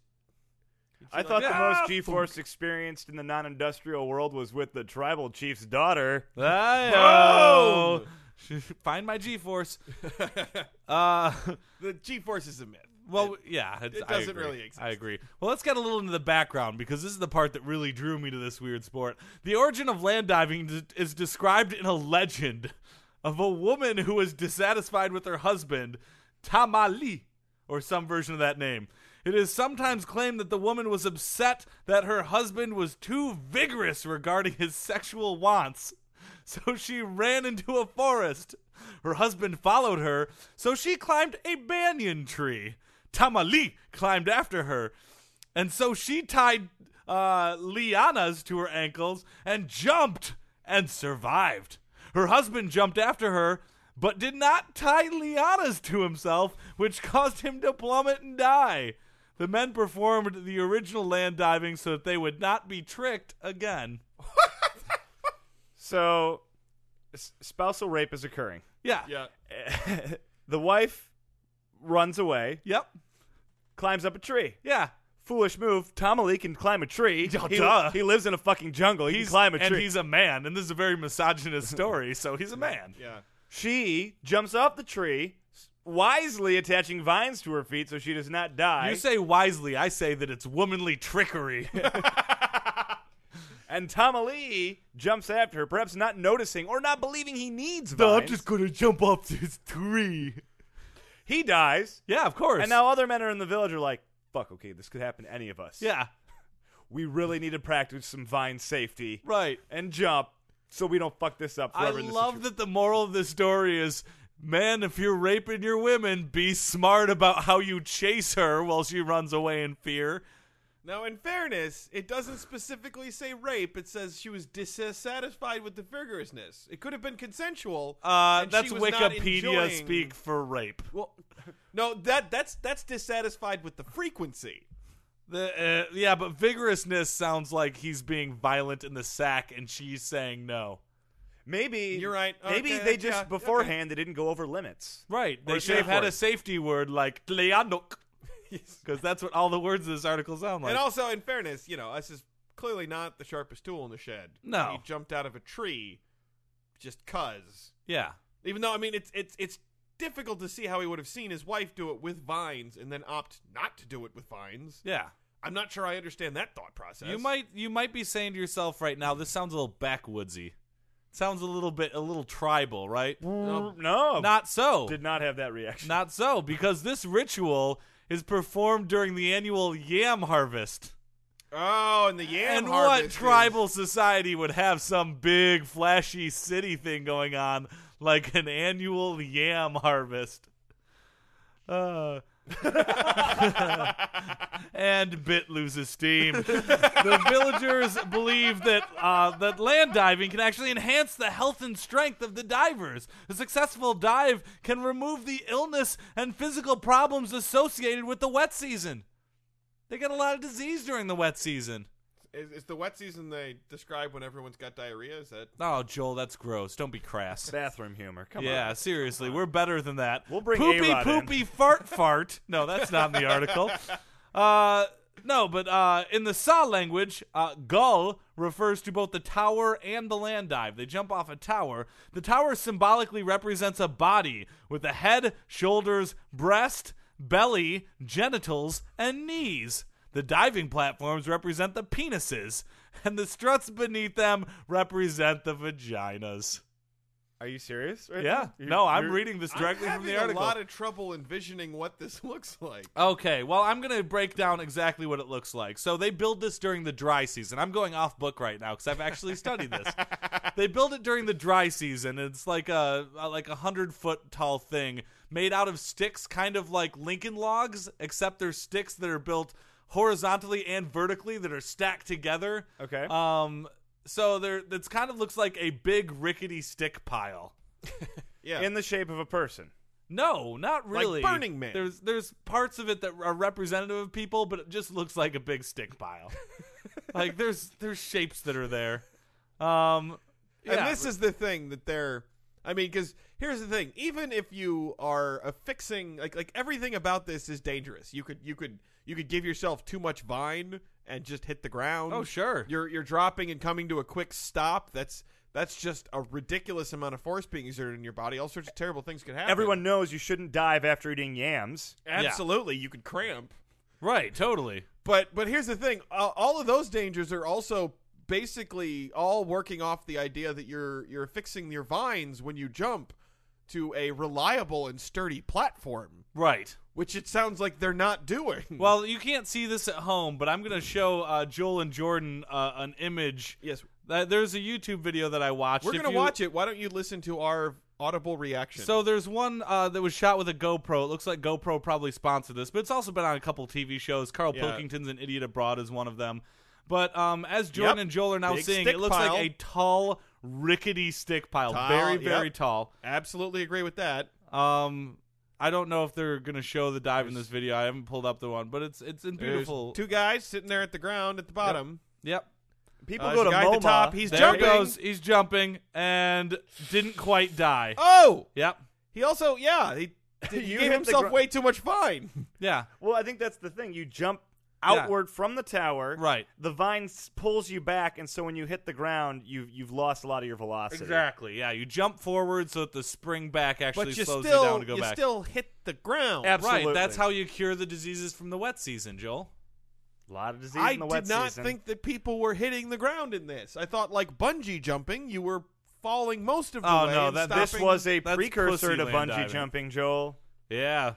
Speaker 3: I thought the most G Force experienced in the non industrial world was with the tribal chief's daughter.
Speaker 1: Ayo.
Speaker 2: [LAUGHS]
Speaker 1: Find my G force. [LAUGHS] uh,
Speaker 2: The G force is a myth.
Speaker 1: Well, yeah, it's,
Speaker 2: it
Speaker 1: I
Speaker 2: doesn't
Speaker 1: agree.
Speaker 2: really exist.
Speaker 1: I agree. Well, let's get a little into the background because this is the part that really drew me to this weird sport. The origin of land diving d- is described in a legend of a woman who was dissatisfied with her husband, Tamali, or some version of that name. It is sometimes claimed that the woman was upset that her husband was too vigorous regarding his sexual wants. [LAUGHS] So she ran into a forest. Her husband followed her, so she climbed a banyan tree. Tamali climbed after her, and so she tied uh, lianas to her ankles and jumped and survived. Her husband jumped after her, but did not tie lianas to himself, which caused him to plummet and die. The men performed the original land diving so that they would not be tricked again.
Speaker 3: So, s- spousal rape is occurring.
Speaker 1: Yeah.
Speaker 2: Yeah.
Speaker 3: the wife runs away,
Speaker 1: Yep.
Speaker 3: climbs up a tree.
Speaker 1: Yeah.
Speaker 3: Foolish move. Tom Ali can climb
Speaker 1: [LAUGHS]
Speaker 3: a tree.
Speaker 1: Yeah,
Speaker 3: he,
Speaker 1: Oh, duh.
Speaker 3: he lives in a fucking jungle. He
Speaker 1: He's
Speaker 3: can climb a
Speaker 1: and
Speaker 3: tree.
Speaker 1: he's a man, and this is a very misogynist story, so [LAUGHS] he's a man.
Speaker 2: Yeah.
Speaker 3: She jumps off the tree, s- wisely attaching vines to her feet so she does not die.
Speaker 1: You say wisely, I say that it's womanly [LAUGHS] trickery.
Speaker 3: and Tom Ali jumps after her, perhaps not noticing or not believing he needs vines.
Speaker 1: gonna jump off this tree.
Speaker 3: he dies.
Speaker 1: Yeah, of course.
Speaker 3: And now other men are in the village are like, fuck, okay, this could happen to any of us.
Speaker 1: yeah,
Speaker 3: We really need to practice some vine safety
Speaker 1: right.
Speaker 3: and jump so we don't fuck this up
Speaker 1: I
Speaker 3: forever in this
Speaker 1: love
Speaker 3: situation.
Speaker 1: that the moral of this story is, man, if you're raping your women, be smart about how you chase her while she runs away in fear.
Speaker 2: Now, in fairness, it doesn't specifically say rape. It says she was dissatisfied with the vigorousness. It could have been consensual.
Speaker 1: Uh,
Speaker 2: and she
Speaker 1: that's
Speaker 2: was not
Speaker 1: Wikipedia
Speaker 2: enjoying-
Speaker 1: speak for rape.
Speaker 2: Well, [LAUGHS] no, that that's that's dissatisfied with the frequency.
Speaker 1: The, uh, yeah, but vigorousness sounds like he's being violent in the sack, and she's saying no.
Speaker 3: Maybe
Speaker 2: You're right.
Speaker 3: Maybe
Speaker 2: Okay,
Speaker 3: they
Speaker 2: that's-
Speaker 3: just
Speaker 2: yeah,
Speaker 3: beforehand they didn't go over limits.
Speaker 1: Right. They
Speaker 3: a
Speaker 1: should have
Speaker 3: safe
Speaker 1: had a
Speaker 3: word.
Speaker 1: safety word like Tleanok. [LAUGHS] Because that's what all the words of this article sound like.
Speaker 2: and also, in fairness, you know, this is clearly not the sharpest tool in the shed.
Speaker 1: No.
Speaker 2: he jumped out of a tree just cuz.
Speaker 1: yeah.
Speaker 2: Even though, I mean, it's it's it's difficult to see how he would have seen his wife do it with vines and then opt not to do it with vines.
Speaker 1: Yeah.
Speaker 2: I'm not sure I understand that thought process.
Speaker 1: You might you might be saying to yourself right now, this sounds a little backwoodsy. Sounds a little bit a little tribal, right?
Speaker 3: No, no
Speaker 1: Not so.
Speaker 3: did not have that reaction.
Speaker 1: Not so, because this ritual is performed during the annual yam harvest.
Speaker 2: Oh, and the yam
Speaker 1: and what
Speaker 2: harvest is-
Speaker 1: tribal society would have some big flashy city thing going on like an annual yam harvest uh [LAUGHS] and bit loses steam. the villagers believe that uh, that land diving can actually enhance the health and strength of the divers. A successful dive can remove the illness and physical problems associated with the wet season. They get a lot of disease during the wet season.
Speaker 2: Is, is the wet season they describe when everyone's got diarrhea? Is that
Speaker 1: Oh, Joel, that's gross. Don't be crass.
Speaker 3: Bathroom humor. Come
Speaker 1: yeah,
Speaker 3: on.
Speaker 1: seriously, we're better than that.
Speaker 3: We'll bring
Speaker 1: poopy
Speaker 3: A-Rod in.
Speaker 1: poopy fart fart. No, that's not in the
Speaker 3: [LAUGHS]
Speaker 1: article. Uh, no, but uh, in the Sa language, uh, gull refers to both the tower and the land dive. They jump off a tower. The tower symbolically represents a body with a head, shoulders, breast, belly, genitals, and knees. The diving platforms represent the penises, and the struts beneath them represent the vaginas.
Speaker 3: Are you serious? right
Speaker 1: Yeah.
Speaker 2: [LAUGHS]
Speaker 3: now? You're-
Speaker 1: No, I'm
Speaker 3: you're-
Speaker 1: reading this directly
Speaker 2: I'm
Speaker 1: from the
Speaker 2: having
Speaker 1: article.
Speaker 2: A lot of trouble envisioning what this [LAUGHS] looks like.
Speaker 1: Okay, well, I'm going to break down exactly what it looks like. So they build this during the dry season. I'm going off book right now because I've actually studied
Speaker 2: [LAUGHS]
Speaker 1: this. they build it during the dry season. It's like a a- like a hundred foot tall thing made out of sticks, kind of like Lincoln logs, except they're sticks that are built horizontally and vertically that are stacked together.
Speaker 3: Okay.
Speaker 1: Um. So there, that's kind of looks like a big rickety stick pile.
Speaker 2: Yeah.
Speaker 3: in the shape of a person.
Speaker 1: No, not really.
Speaker 2: Burning Man.
Speaker 1: There's there's parts of it that are representative of people, but it just looks like a big stick
Speaker 2: [LAUGHS]
Speaker 1: pile. like there's there's shapes that are there. Um, yeah.
Speaker 2: and this is the thing that they're i mean because here's the thing even if you are affixing like like everything about this is dangerous you could you could you could give yourself too much vine and just hit the ground
Speaker 1: Oh, sure.
Speaker 2: you're you're dropping and coming to a quick stop that's that's just a ridiculous amount of force being exerted in your body all sorts of terrible things could happen
Speaker 3: Everyone knows you shouldn't dive after eating yams.
Speaker 2: absolutely you could cramp
Speaker 1: right, totally.
Speaker 2: but but here's the thing: uh, all of those dangers are also basically all working off the idea that you're you're fixing your vines when you jump to a reliable and sturdy platform,
Speaker 1: Right.
Speaker 2: which it sounds like they're not doing.
Speaker 1: Well, you can't see this at home, but I'm gonna show uh, Joel and Jordan uh, an image.
Speaker 2: yes,
Speaker 1: Uh, there's a YouTube video that I watched.
Speaker 2: we're
Speaker 1: If
Speaker 2: gonna
Speaker 1: you-
Speaker 2: watch it. Why don't you listen to our audible reaction?
Speaker 1: So there's one uh, that was shot with a GoPro. It looks like GoPro probably sponsored this, but it's also been on a couple TV shows. Carl
Speaker 2: Yeah.
Speaker 1: Pilkington's An Idiot Abroad is one of them. But um, as Jordan
Speaker 2: Yep.
Speaker 1: and Joel are now
Speaker 2: Big
Speaker 1: seeing,
Speaker 2: stick
Speaker 1: it looks
Speaker 2: pile.
Speaker 1: like a tall, rickety stick pile,
Speaker 2: Tall,
Speaker 1: very, very
Speaker 2: yep.
Speaker 1: tall.
Speaker 2: absolutely agree with that.
Speaker 1: Um, I don't know if they're gonna show the dive in this video. I haven't pulled up the one, but it's it's in
Speaker 2: There's
Speaker 1: beautiful.
Speaker 2: two guys sitting there at the ground at the bottom.
Speaker 1: yep.
Speaker 3: People
Speaker 2: Uh,
Speaker 3: go
Speaker 2: there's
Speaker 3: to
Speaker 2: a guy at the
Speaker 3: MoMA.
Speaker 2: top. He's
Speaker 1: there
Speaker 2: jumping.
Speaker 1: he goes. He's jumping and didn't quite die.
Speaker 2: Oh,
Speaker 1: Yep.
Speaker 2: he also
Speaker 1: [LAUGHS]
Speaker 2: yeah he, he
Speaker 3: You
Speaker 2: gave
Speaker 3: hit the
Speaker 2: himself
Speaker 3: gr-
Speaker 2: way too much vine.
Speaker 1: Yeah.
Speaker 3: Well, I think that's the thing. You jump
Speaker 1: Yeah.
Speaker 3: outward from the tower.
Speaker 1: Right.
Speaker 3: The vine s- pulls you back, and so when you hit the ground, you've you've lost a lot of your velocity.
Speaker 1: Exactly. Yeah. You jump forward so that the spring back actually
Speaker 2: But you
Speaker 1: slows
Speaker 2: still
Speaker 1: you down to go
Speaker 2: you
Speaker 1: back.
Speaker 2: still hit the ground.
Speaker 1: Right.
Speaker 3: Absolutely.
Speaker 1: That's how you cure the diseases from the wet season, Joel.
Speaker 3: A lot of disease
Speaker 2: I
Speaker 3: in the
Speaker 2: did
Speaker 3: wet
Speaker 2: not
Speaker 3: season.
Speaker 2: think that people were hitting the ground in this. I thought like bungee jumping, you were falling most of the
Speaker 1: Oh,
Speaker 2: way.
Speaker 1: no,
Speaker 2: and
Speaker 1: that-
Speaker 3: this
Speaker 2: stopping-
Speaker 3: was a
Speaker 1: that's
Speaker 3: precursor
Speaker 1: pussy
Speaker 3: to
Speaker 1: land
Speaker 3: bungee
Speaker 1: diving.
Speaker 3: jumping, Joel.
Speaker 1: Yeah.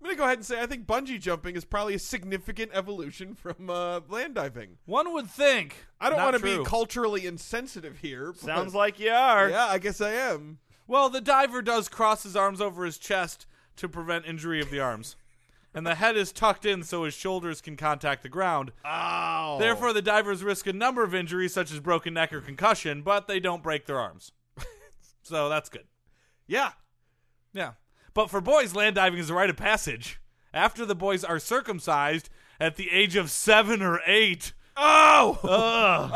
Speaker 2: I'm gonna go ahead and say I think bungee jumping is probably a significant evolution from uh, land diving.
Speaker 1: One would think.
Speaker 2: I don't
Speaker 1: want to
Speaker 2: be culturally insensitive here. but-
Speaker 3: Sounds like you are.
Speaker 2: Yeah, I guess I am.
Speaker 1: well, the diver does cross his arms over his chest to prevent injury of the arms. And the head is tucked in so his shoulders can contact the ground.
Speaker 2: Oh,
Speaker 1: Therefore, the divers risk a number of injuries, such as broken neck or concussion, but they don't break their [LAUGHS] arms. so that's good.
Speaker 2: yeah,
Speaker 1: Yeah. But for boys, land diving is a rite of passage. After the boys are circumcised at the age of seven or eight. Oh!
Speaker 3: Uh.
Speaker 1: Oh!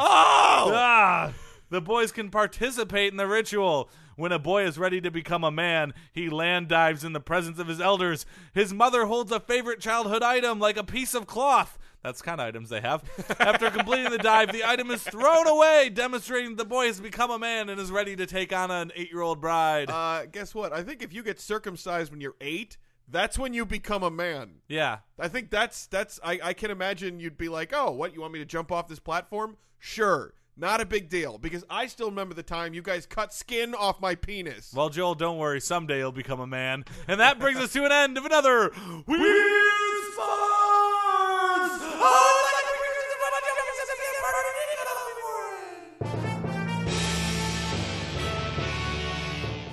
Speaker 1: Ah! The boys can participate in the ritual. When a boy is ready to become a man, he land dives in the presence of his elders. His mother holds a favorite childhood item, like a piece of cloth. That's the kind of items they have. After completing the dive, the item is thrown away, demonstrating that the boy has become a man and is ready to take on an eight year old bride.
Speaker 2: [LAUGHS] uh, guess what? I think if you get circumcised when you're eight, that's when you become a man.
Speaker 1: yeah.
Speaker 2: I think that's that's I, I can imagine you'd be like, oh, what you want me to jump off this platform? Sure, not a big deal because I still remember the time you guys cut skin off my penis.
Speaker 1: Well, Joel, don't worry. Someday you'll become a man. And that brings us to an end of another Weird Sports!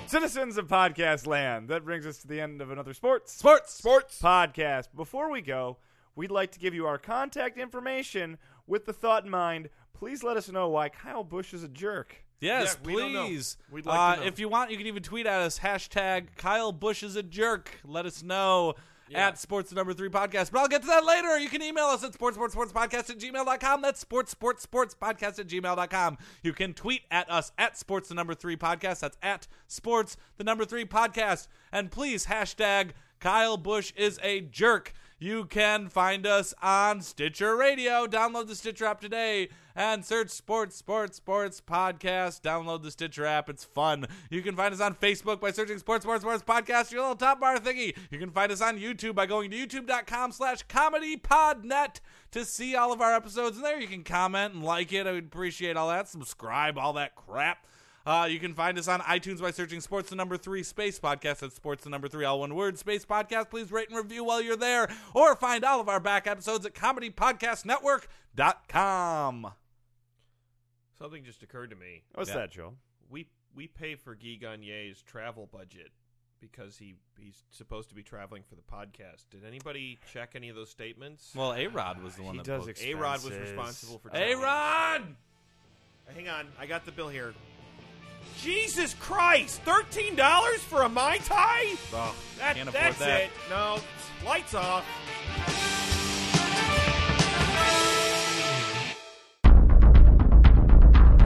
Speaker 3: Citizens of Podcast Land. That brings us to the end of another sports
Speaker 1: Sports!
Speaker 2: sports.
Speaker 3: podcast. Before we go, we'd like to give you our contact information with the thought in mind. Please let us know why Kyle Bush is a jerk.
Speaker 1: Yes,
Speaker 2: Yeah, we don't know.
Speaker 1: please.
Speaker 2: We'd like to
Speaker 1: uh,
Speaker 2: know.
Speaker 1: If you want, you can even tweet at us hashtag Kyle Bush is a jerk. Let us know at sports the number three podcast. But I'll get to that later. You can email us at sports sports sports podcast at gmail.com. That's sports sports sports podcast at gmail.com. You can tweet at us at sports the number three podcast. That's at sports the number three podcast. And please hashtag Kyle Bush is a jerk. You can find us on Stitcher Radio. Download the Stitcher app today and search Sports, Sports, Sports Podcast. Download the Stitcher app. It's fun. You can find us on Facebook by searching Sports, Sports, Sports Podcast, your little top bar thingy. You can find us on YouTube by going to youtube.com slash comedypodnet to see all of our episodes. And there you can comment and like it. I would appreciate all that. Subscribe, all that crap. Uh, Uh, you can find us on iTunes by searching Sports the Number Three Space Podcast. That's Sports the Number Three, all one word, Space Podcast. Please rate and review while you're there, or find all of our back episodes at ComedyPodcastNetwork.com.
Speaker 2: Something just occurred to me.
Speaker 3: What's
Speaker 1: Yeah.
Speaker 3: that, Joel?
Speaker 2: We we pay for Guy Gagne's travel budget because he he's supposed to be traveling for the podcast. Did anybody check any of those statements?
Speaker 1: Well, A Rod was the one
Speaker 3: He
Speaker 1: that
Speaker 3: does
Speaker 1: booked.
Speaker 2: A Rod was
Speaker 3: expenses.
Speaker 2: responsible for.
Speaker 1: A
Speaker 2: travel.
Speaker 1: Rod.
Speaker 2: Hang on, I got the bill here. Jesus Christ! Thirteen dollars for a mai tai?
Speaker 1: Oh,
Speaker 2: That,
Speaker 1: can't afford
Speaker 2: that's
Speaker 1: that.
Speaker 2: it. No, lights off.